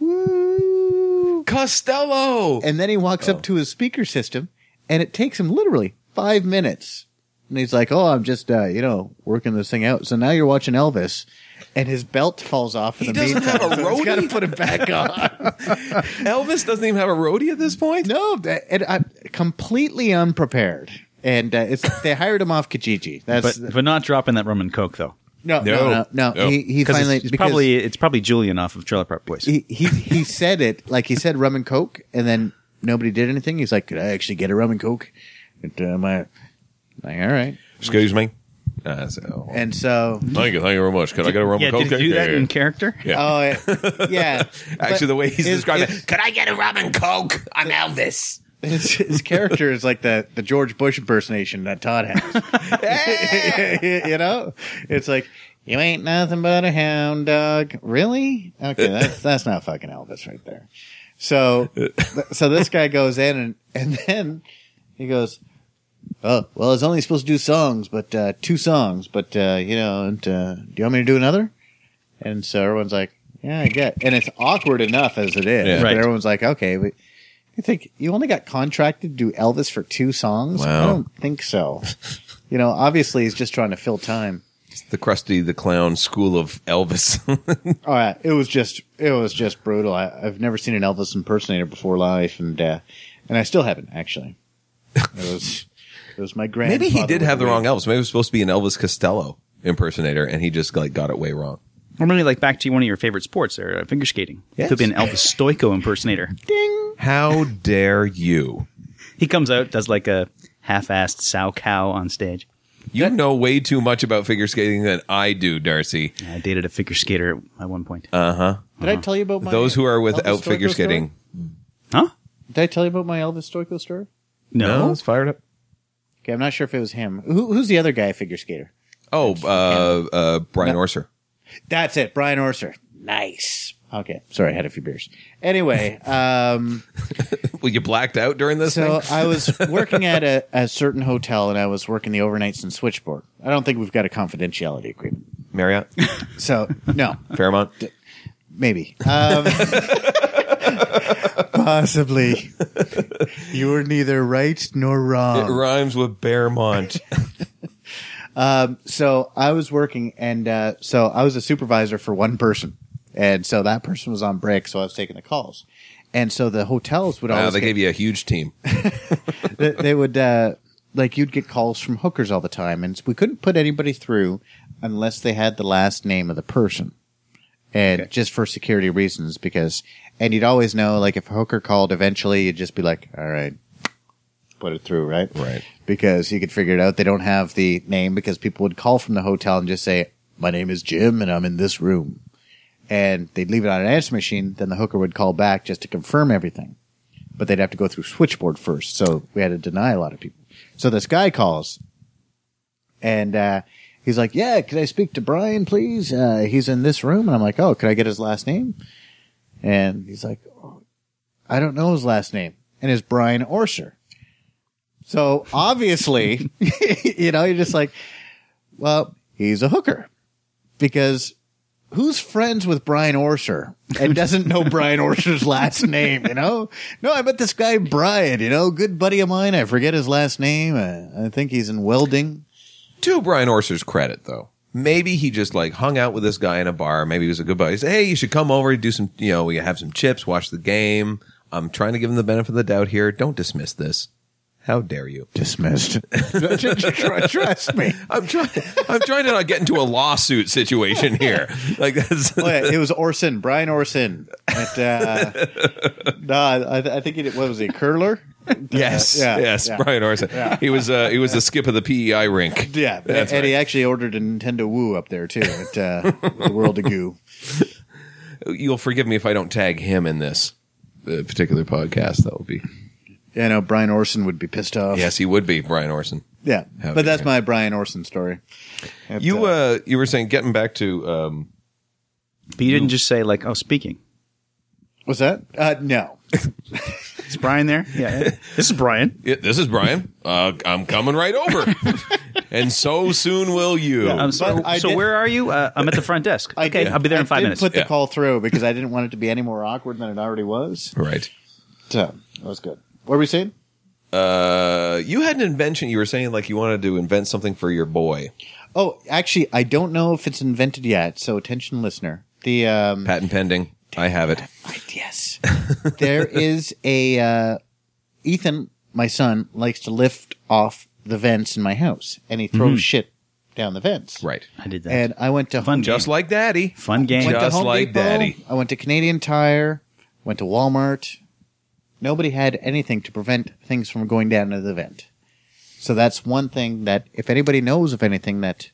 Speaker 3: "Woo!"
Speaker 2: Costello!
Speaker 3: And then he walks
Speaker 2: Oh.
Speaker 3: up to his speaker system, and it takes him literally five minutes. And he's like, "Oh, I'm just uh, you know working this thing out." So now you're watching Elvis, and his belt falls off. In
Speaker 2: He
Speaker 3: the
Speaker 2: doesn't
Speaker 3: meantime,
Speaker 2: have a
Speaker 3: so he's got to
Speaker 2: roadie?
Speaker 3: put it back on.
Speaker 2: Elvis doesn't even have a roadie at this point?
Speaker 3: no, that- and I'm completely unprepared. And uh, it's, they hired him off Kijiji. That's
Speaker 1: But, but not dropping that rum and coke though.
Speaker 3: no, no, no, no.
Speaker 2: no.
Speaker 3: He, he
Speaker 1: Because
Speaker 3: finally
Speaker 1: it's, it's
Speaker 3: because-
Speaker 1: probably it's probably Julian off of Trailer Park Boys.
Speaker 3: he he he said it like he said rum and coke, and then nobody did anything. He's like, "Could I actually get a rum and coke?" And, uh, my, like, all right.
Speaker 2: Excuse me. Uh, so-
Speaker 3: And so,
Speaker 2: thank you. Thank you very much. Can I get a rum
Speaker 1: yeah,
Speaker 2: and coke?
Speaker 1: did he do that
Speaker 2: Yeah.
Speaker 1: in character?
Speaker 3: oh I- yeah,
Speaker 2: Actually, the way he's
Speaker 3: His-
Speaker 2: describing
Speaker 3: his-
Speaker 2: it, could I get a rum and coke? I'm Elvis.
Speaker 3: his, his character is like the the George Bush impersonation that Todd has. you know, it's like You ain't nothing but a hound dog. Really? Okay, that's that's not fucking Elvis right there. So, th- so this guy goes in and and then he goes, "Oh, well, I was only supposed to do songs, but uh, two songs, but uh, you know, and, uh, do you want me to do another?" And so everyone's like, "Yeah, I get." And it's awkward enough as it is.
Speaker 2: Yeah.
Speaker 3: but
Speaker 1: Right.
Speaker 3: Everyone's like, "Okay, but." You think you only got contracted to do Elvis for two songs? I
Speaker 2: Wow.
Speaker 3: don't think so. you know, obviously he's just trying to fill time.
Speaker 2: the Krusty the Clown School of Elvis.
Speaker 3: All right, it was just it was just brutal. I, I've never seen an Elvis impersonator before live, and uh, and I still haven't actually. It was it was my grand.
Speaker 2: Maybe he did have the wrong Elvis. Maybe it was supposed to be an Elvis Costello impersonator, and he just like got it way wrong.
Speaker 1: Or maybe like back to one of your favorite sports, or uh, figure skating.
Speaker 2: Yes.
Speaker 1: Could be an Elvis Stoiko impersonator.
Speaker 2: How dare you?
Speaker 1: He comes out does like a half-assed sow cow on stage.
Speaker 2: You know way too much about figure skating than I do, Darcy. Uh-huh.
Speaker 1: I dated a figure skater at one point.
Speaker 3: Did I tell you about my
Speaker 2: Those who are
Speaker 3: Elvis
Speaker 2: without
Speaker 3: Stoico
Speaker 2: figure
Speaker 3: story?
Speaker 2: skating.
Speaker 1: huh?
Speaker 3: Did I tell you about my Elvis Stoico story?
Speaker 1: No.
Speaker 2: it's fired up.
Speaker 3: Okay, I'm not sure if it was him. Who, who's the other guy figure skater?
Speaker 2: Oh, uh, uh, Brian Orser.
Speaker 3: That's it, Brian Orser. Nice. Okay, sorry, I had a few beers. Anyway, um,
Speaker 2: Well, you blacked out during this
Speaker 3: so uh,
Speaker 2: thing?
Speaker 3: I was working at a, a certain hotel, and I was working the overnights and switchboard. I don't think we've got a confidentiality agreement.
Speaker 2: Marriott?
Speaker 3: So no,
Speaker 2: Fairmont?
Speaker 3: maybe, um, possibly. You were neither right nor
Speaker 2: It
Speaker 3: wrong.
Speaker 2: rhymes with Bearmont.
Speaker 3: So I was working, and uh, so I was a supervisor for one person, and so that person was on break, so I was taking the calls, and so the hotels would
Speaker 2: wow,
Speaker 3: always
Speaker 2: they
Speaker 3: get-
Speaker 2: gave you a huge team.
Speaker 3: they, they would uh, like you'd get calls from hookers all the time, and we couldn't put anybody through unless they had the last name of the person, and just for security reasons, because and you'd always know like if a hooker called eventually, you'd just be like, all right, put it through, right,
Speaker 2: Right.
Speaker 3: because you could figure it out. They don't have the name because people would call from the hotel and just say, my name is Jim, and I'm in this room. And they'd leave it on an answer machine. Then the hooker would call back just to confirm everything but they'd have to go through switchboard first. So we had to deny a lot of people. So this guy calls and, uh, he's like, yeah, could I speak to Brian, please? Uh, he's in this room. And I'm like, oh, could I get his last name? And he's like, oh, I don't know his last name. And it's Brian Orser. So obviously, you know, you're just like, well, he's a hooker because who's friends with Brian Orser and doesn't know Brian Orser's last name, you know? No, I met this guy, Brian, you know, good buddy of mine. I forget his last name. I, I think he's in welding.
Speaker 2: to Brian Orser's credit, though, maybe he just like hung out with this guy in a bar. Maybe he was a good buddy. He said, "Hey, you should come over, do some, you know, we have some chips, watch the game." I'm trying to give him the benefit of the doubt here. Don't dismiss this. How dare you?
Speaker 3: Dismissed. Trust me.
Speaker 2: I'm trying. I'm trying to not get into a lawsuit situation here. Like that's
Speaker 3: Oh, yeah, it was Orson, Brian Orson. But, uh, no, I, I think he did, what was he, curler?
Speaker 2: yes,
Speaker 3: yeah,
Speaker 2: yes.
Speaker 3: yeah.
Speaker 2: Brian Orser. He was. Uh, he was the skip of the PEI rink.
Speaker 3: Yeah,
Speaker 2: That's
Speaker 3: and
Speaker 2: right.
Speaker 3: he actually ordered a Nintendo Woo up there too at uh, the World of Goo.
Speaker 2: You'll forgive me if I don't tag him in this uh, particular podcast. That would be.
Speaker 3: You know, Brian Orson would be pissed off.
Speaker 2: Yes, he would be Brian Orson.
Speaker 3: Yeah,
Speaker 2: How dare
Speaker 3: but that's
Speaker 2: you.
Speaker 3: my Brian Orson story. And,
Speaker 2: You
Speaker 3: uh,
Speaker 2: uh, you were saying getting back to um,
Speaker 1: But you didn't just say like, oh, speaking.
Speaker 3: what's that? Uh, no,
Speaker 1: Is Brian there? Yeah. yeah. this is Brian.
Speaker 2: Yeah, this is Brian. Uh, I'm coming right over. and so soon will you.
Speaker 1: Um, so
Speaker 3: But I
Speaker 1: so
Speaker 3: did-
Speaker 1: where are you? Uh, I'm at the front desk.
Speaker 3: I
Speaker 1: okay,
Speaker 3: did-
Speaker 1: I'll be there
Speaker 3: I
Speaker 1: in five
Speaker 3: did
Speaker 1: minutes.
Speaker 3: Put the
Speaker 2: Yeah.
Speaker 3: call through because I didn't want it to be any more awkward than it already was.
Speaker 2: right.
Speaker 3: So that was good. What were we saying?
Speaker 2: Uh, you had an invention. You were saying like you wanted to invent something for your boy.
Speaker 3: Oh, actually, I don't know if it's invented yet. So attention, listener. The um,
Speaker 2: Patent pending. I have it.
Speaker 3: yes, there is a uh, Ethan, my son, likes to lift off the vents in my house, and he
Speaker 1: Mm-hmm.
Speaker 3: throws shit down the vents.
Speaker 2: Right.
Speaker 1: I did that.
Speaker 3: And I went to
Speaker 1: Fun
Speaker 3: Home
Speaker 1: job.
Speaker 2: Just like daddy.
Speaker 1: Fun game.
Speaker 3: went to
Speaker 2: Just
Speaker 3: Home
Speaker 2: like
Speaker 3: Depot,
Speaker 2: Daddy.
Speaker 3: I went to Canadian Tire, went to Walmart. Nobody had anything to prevent things from going down to the vent. So that's one thing that if anybody knows of anything that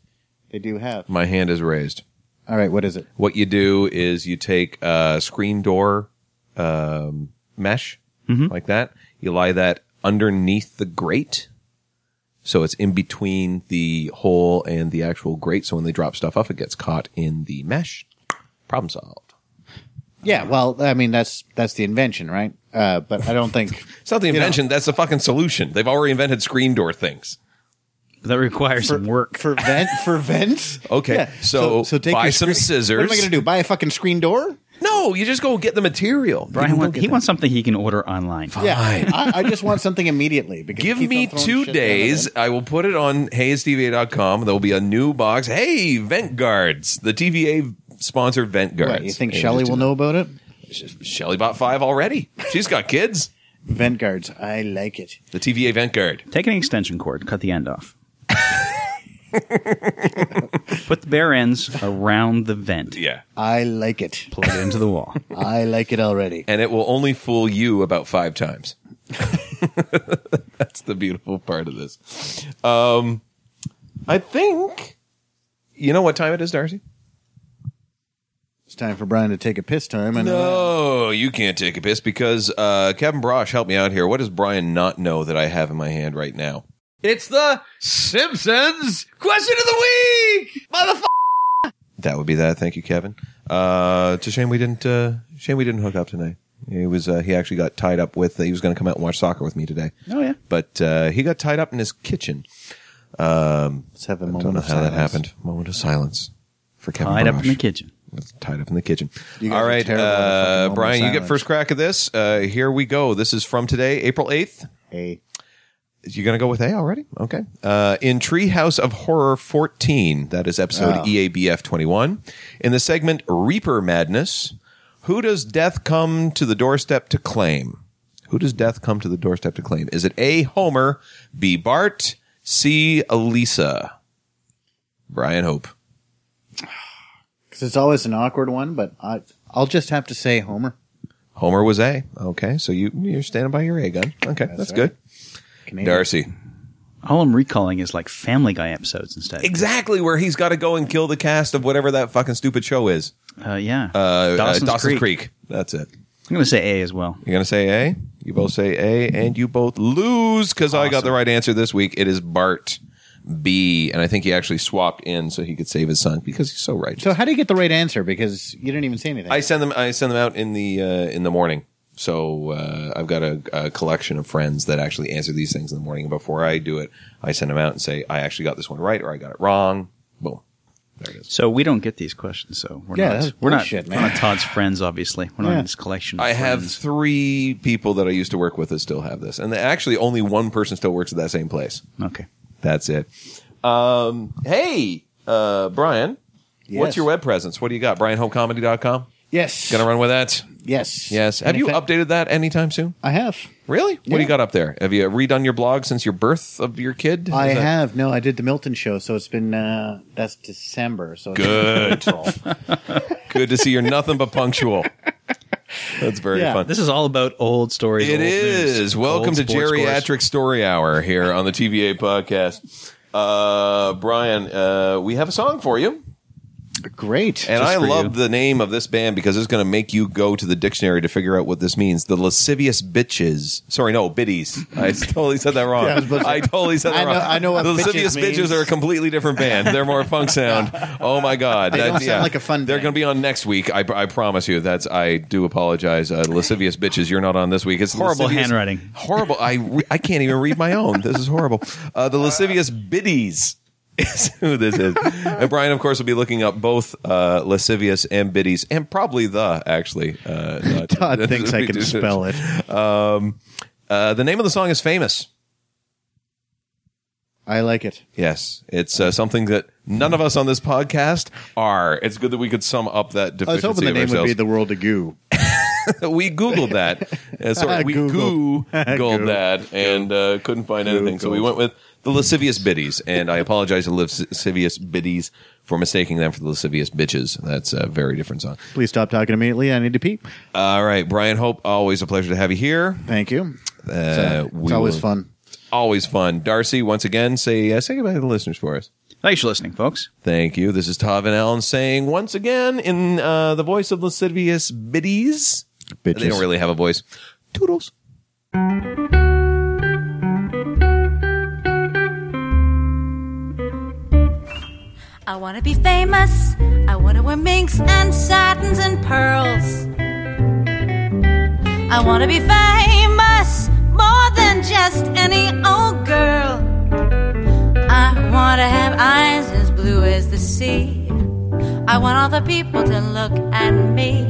Speaker 3: they do have.
Speaker 2: My hand is raised.
Speaker 3: All right, what is it?
Speaker 2: What you do is you take a screen door um, mesh like that. You lie that underneath the grate. So it's in between the hole and the actual grate. So when they drop stuff off, it gets caught in the mesh. Problem solved.
Speaker 3: Yeah, well, I mean that's that's the invention, right? Uh, but I don't think
Speaker 2: It's not the invention. That's the fucking solution. They've already invented screen door things.
Speaker 1: That requires some work.
Speaker 3: for vent for vents.
Speaker 2: Okay, so buy
Speaker 3: your
Speaker 2: some scissors.
Speaker 3: What am I going to do? Buy a fucking screen door?
Speaker 2: No, you just go get the material.
Speaker 1: Brian,
Speaker 2: You
Speaker 1: want,
Speaker 2: go
Speaker 1: he
Speaker 2: get
Speaker 1: wants something he can order online.
Speaker 3: Yeah,
Speaker 2: Fine.
Speaker 3: I, I just want something immediately. Because
Speaker 2: Give
Speaker 3: it keeps
Speaker 2: me
Speaker 3: on throwing
Speaker 2: two
Speaker 3: shit down my
Speaker 2: days.
Speaker 3: head.
Speaker 2: I will put it on heyestva.com. There will be a new box. Hey, vent guards. The TVA sponsored vent guards.
Speaker 3: What, you think
Speaker 2: And
Speaker 3: Shelly
Speaker 2: just
Speaker 3: will
Speaker 2: do
Speaker 3: know about it?
Speaker 2: that. Shelly bought five already. She's got kids.
Speaker 3: Vent guards, I like it.
Speaker 2: The TVA vent guard.
Speaker 1: Take an extension cord, cut the end off. Put the bare ends around the vent,
Speaker 2: Yeah.
Speaker 3: I like it.
Speaker 1: plug it into the wall.
Speaker 3: I like it already.
Speaker 2: And it will only fool you about five times. That's the beautiful part of this. Um, I think. You know what time it is, Darcy?
Speaker 3: It's time for Brian to take a piss time. uh, I know that.
Speaker 2: No, you can't take a piss because uh, Kevin Brosh helped me out here. What does Brian not know that I have in my hand right now?
Speaker 4: It's the Simpsons question of the week, motherfucker.
Speaker 2: That would be that. Thank you, Kevin. Uh, it's a shame we didn't. Uh, shame we didn't hook up tonight. He was. Uh, he actually got tied up with. he was going to come out and watch soccer with me today.
Speaker 1: Oh, yeah.
Speaker 2: But uh, he got tied up in his kitchen.
Speaker 3: Let's have a
Speaker 2: Don't
Speaker 3: moment
Speaker 2: know
Speaker 3: of
Speaker 2: how
Speaker 3: silence.
Speaker 2: that happened. Moment of silence for Kevin.
Speaker 1: Tied up
Speaker 2: Brosh.
Speaker 1: in the kitchen.
Speaker 2: It's tied up in the kitchen.
Speaker 3: You guys
Speaker 2: All
Speaker 3: are
Speaker 2: right,
Speaker 3: terrible at the fucking
Speaker 2: uh,
Speaker 3: moment of
Speaker 2: Brian, you get
Speaker 3: silence.
Speaker 2: first crack at this. Uh, here we go. This is from today, April eighth.
Speaker 3: Hey,
Speaker 2: You're gonna go with A already? Okay. Uh, in Treehouse of Horror 14, that is episode E
Speaker 3: Oh.
Speaker 2: EABF 21. In the segment Reaper Madness, who does death come to the doorstep to claim? Who does death come to the doorstep to claim? Is it A Homer, B Bart, C Elisa? Brian Hope.
Speaker 3: because it's always an awkward one, but I, I'll just have to say Homer,
Speaker 2: Homer was A. Okay, so you you're standing by your A gun. Okay, that's,
Speaker 3: right.
Speaker 2: good.
Speaker 3: Canadian.
Speaker 2: Darcy.
Speaker 1: All I'm recalling is like Family Guy episodes instead.
Speaker 2: Exactly where he's got to go and kill the cast of whatever that fucking stupid show is.
Speaker 1: Uh, yeah.
Speaker 2: uh,
Speaker 1: Dawson's,
Speaker 2: uh, Dawson's
Speaker 1: Creek.
Speaker 2: Creek. That's it.
Speaker 1: I'm going to say A as well.
Speaker 2: You're gonna say A. You both say A, and you both lose because I got the right answer this week. It is Bart B, and I think he actually swapped in so he could save his son because he's so righteous.
Speaker 3: So how do you get the right answer? Because you didn't even say anything.
Speaker 2: I send them. I send them out in the uh, in the morning. So uh, I've got a, a collection of friends that actually answer these things in the morning. And before I do it, I send them out and say I actually got this one right or I got it wrong. Boom. There it is.
Speaker 1: So we don't get these questions. So we're
Speaker 3: Yeah,
Speaker 1: not.
Speaker 3: that's
Speaker 1: we're,
Speaker 3: bullshit,
Speaker 1: not
Speaker 3: man.
Speaker 1: we're not Todd's friends, obviously. We're not
Speaker 3: Yeah.
Speaker 1: in his collection. Of
Speaker 2: I have
Speaker 1: friends.
Speaker 2: three people that I used to work with that still have this, and actually only one person still works at that same place.
Speaker 1: Okay.
Speaker 2: That's it. Um, hey, uh, Brian,
Speaker 3: Yes.
Speaker 2: what's your web presence? What do you got? BrianHomeComedy.com?
Speaker 3: yes,
Speaker 2: Gonna run with that?
Speaker 3: yes,
Speaker 2: Yes. Have
Speaker 3: And
Speaker 2: you
Speaker 3: if I-
Speaker 2: updated that anytime soon?
Speaker 3: I have.
Speaker 2: Really? What do
Speaker 3: Yeah.
Speaker 2: you got up there? Have you redone your blog since your birth of your kid?
Speaker 3: I
Speaker 2: Is that-
Speaker 3: have. No, I did the Milton show, so it's been uh, that's December. So it's
Speaker 2: Good. Good to see you're nothing but punctual. That's very
Speaker 3: Yeah.
Speaker 2: fun.
Speaker 1: This is all about old stories. old
Speaker 2: It is.
Speaker 1: news,
Speaker 2: Welcome
Speaker 1: old
Speaker 2: to
Speaker 1: sports scores.
Speaker 2: Geriatric Story Hour here on the TVA podcast. Uh, Brian, uh, we have a song for you.
Speaker 3: great.
Speaker 2: And
Speaker 1: Just
Speaker 2: I
Speaker 1: for
Speaker 2: love
Speaker 1: you.
Speaker 2: the name of this band because it's going to make you go to the dictionary to figure out what this means. The lascivious bitches. Sorry, no, biddies. I totally said that wrong.
Speaker 3: Yeah, I was about to say-
Speaker 2: I totally said that
Speaker 3: I know-
Speaker 2: wrong.
Speaker 3: I know what
Speaker 2: the
Speaker 3: bitches
Speaker 2: lascivious
Speaker 3: means.
Speaker 2: bitches are a completely different band. They're more funk sound. Oh my god,
Speaker 3: They don't sound like a fun
Speaker 2: They're
Speaker 3: band.
Speaker 2: going to be on next week. I, I promise you. That's. I do apologize. Uh, lascivious bitches. You're not on this week. It's
Speaker 1: Horrible
Speaker 2: lascivious-
Speaker 1: handwriting.
Speaker 2: Horrible. I re- I can't even read my own. This is horrible. Uh, the lascivious biddies is who this is. And Brian, of course, will be looking up both uh, lascivious and biddies, and probably the actually. Uh, not-
Speaker 3: Todd thinks I can spell it.
Speaker 2: Uh, the name of the song is famous.
Speaker 3: I like it.
Speaker 2: Yes, it's uh, something that none of us on this podcast are. It's good that we could sum up that
Speaker 3: I was
Speaker 2: deficiency
Speaker 3: hoping the
Speaker 2: of
Speaker 3: name would
Speaker 2: ourselves.
Speaker 3: be the world of goo.
Speaker 2: we Googled that. Uh, sorry, we
Speaker 3: Googled.
Speaker 2: Googled, that and uh, couldn't find anything. So we went with the lascivious biddies. And I apologize to lascivious biddies for mistaking them for the lascivious bitches. That's a very different song.
Speaker 3: Please stop talking immediately. I need to pee.
Speaker 2: All right, Brian Hope, always a pleasure to have you here.
Speaker 3: Thank you.
Speaker 2: Uh,
Speaker 3: it's
Speaker 2: we
Speaker 3: always
Speaker 2: will-
Speaker 3: fun.
Speaker 2: Always fun. Darcy, once again, say, uh, say goodbye to the listeners for us.
Speaker 1: Thanks for listening, folks.
Speaker 2: Thank you. This is Tav and Allen saying once again in uh, the voice of lascivious biddies. They don't
Speaker 3: Bitches.
Speaker 2: really have a voice. Toodles.
Speaker 6: I wanna be famous. I wanna wear minks and satins and pearls. I wanna be famous more than just any old girl. I wanna have eyes as blue as the sea. I want all the people to look at me.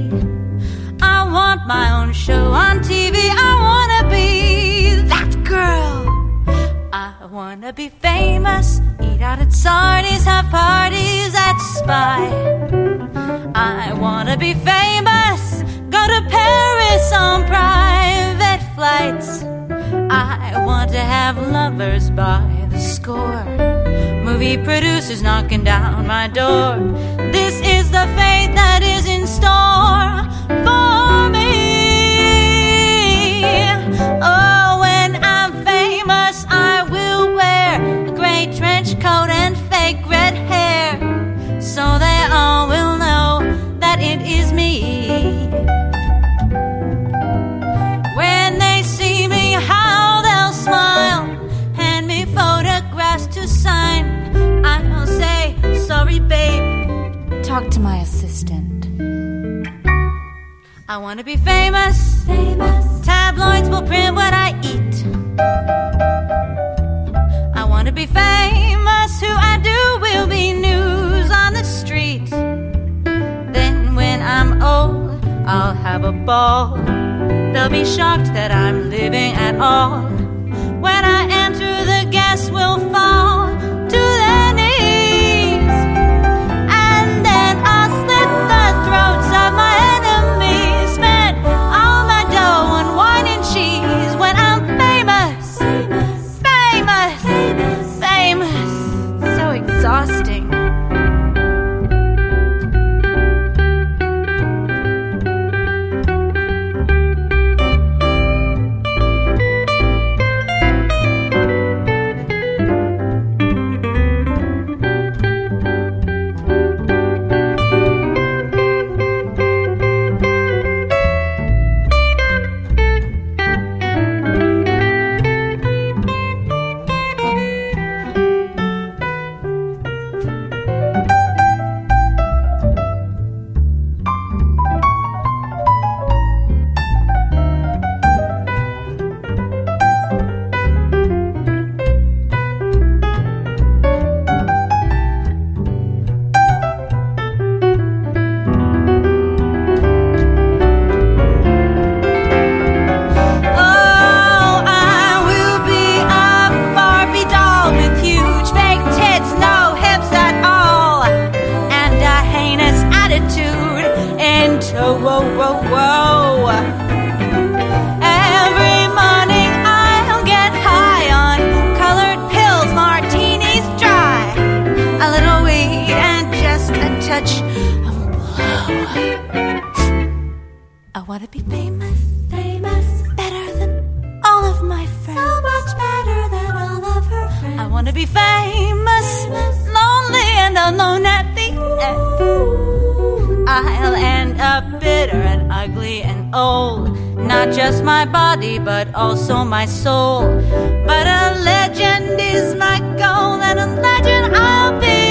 Speaker 6: I want my own show on TV. I wanna be that girl. I wanna be famous, eat out at Sardi's, have parties at Spy. I wanna be famous, go to Paris on private flights. I want to have lovers by the score, movie producers knocking down my door. This is the fate that is in store for me. Oh, when I'm famous, I will wear a gray trench coat and fake red hair. So they all will know that it is me. When they see me, how they'll smile. Hand me photographs to sign. I'll say, sorry, babe. Talk to my assistant. I want to be famous. Famous. Tabloids will print what I eat. I want to be famous. Who I do will be news on the street. Then when I'm old, I'll have a ball. They'll be shocked that I'm living at all. When I enter, the gas will fall to their knees. And then I'll slit the throats of my enemies. Spend all my dough on wine and cheese when I'm famous. Famous. Famous. Famous. So exhausting. Oh, I will be a Barbie doll with huge fake tits, no hips at all, and a heinous attitude. Into whoa, whoa, whoa. Every morning I'll get high on colored pills, martinis dry, a little weed, and just a touch of blow. I want to be famous. Famous. Better than all of my friends. So much better than all of her friends. I want to be famous. Lonely and alone at the end. I'll end up bitter and ugly and old. Not just my body, but also my soul. But a legend is my goal, and a legend I'll be.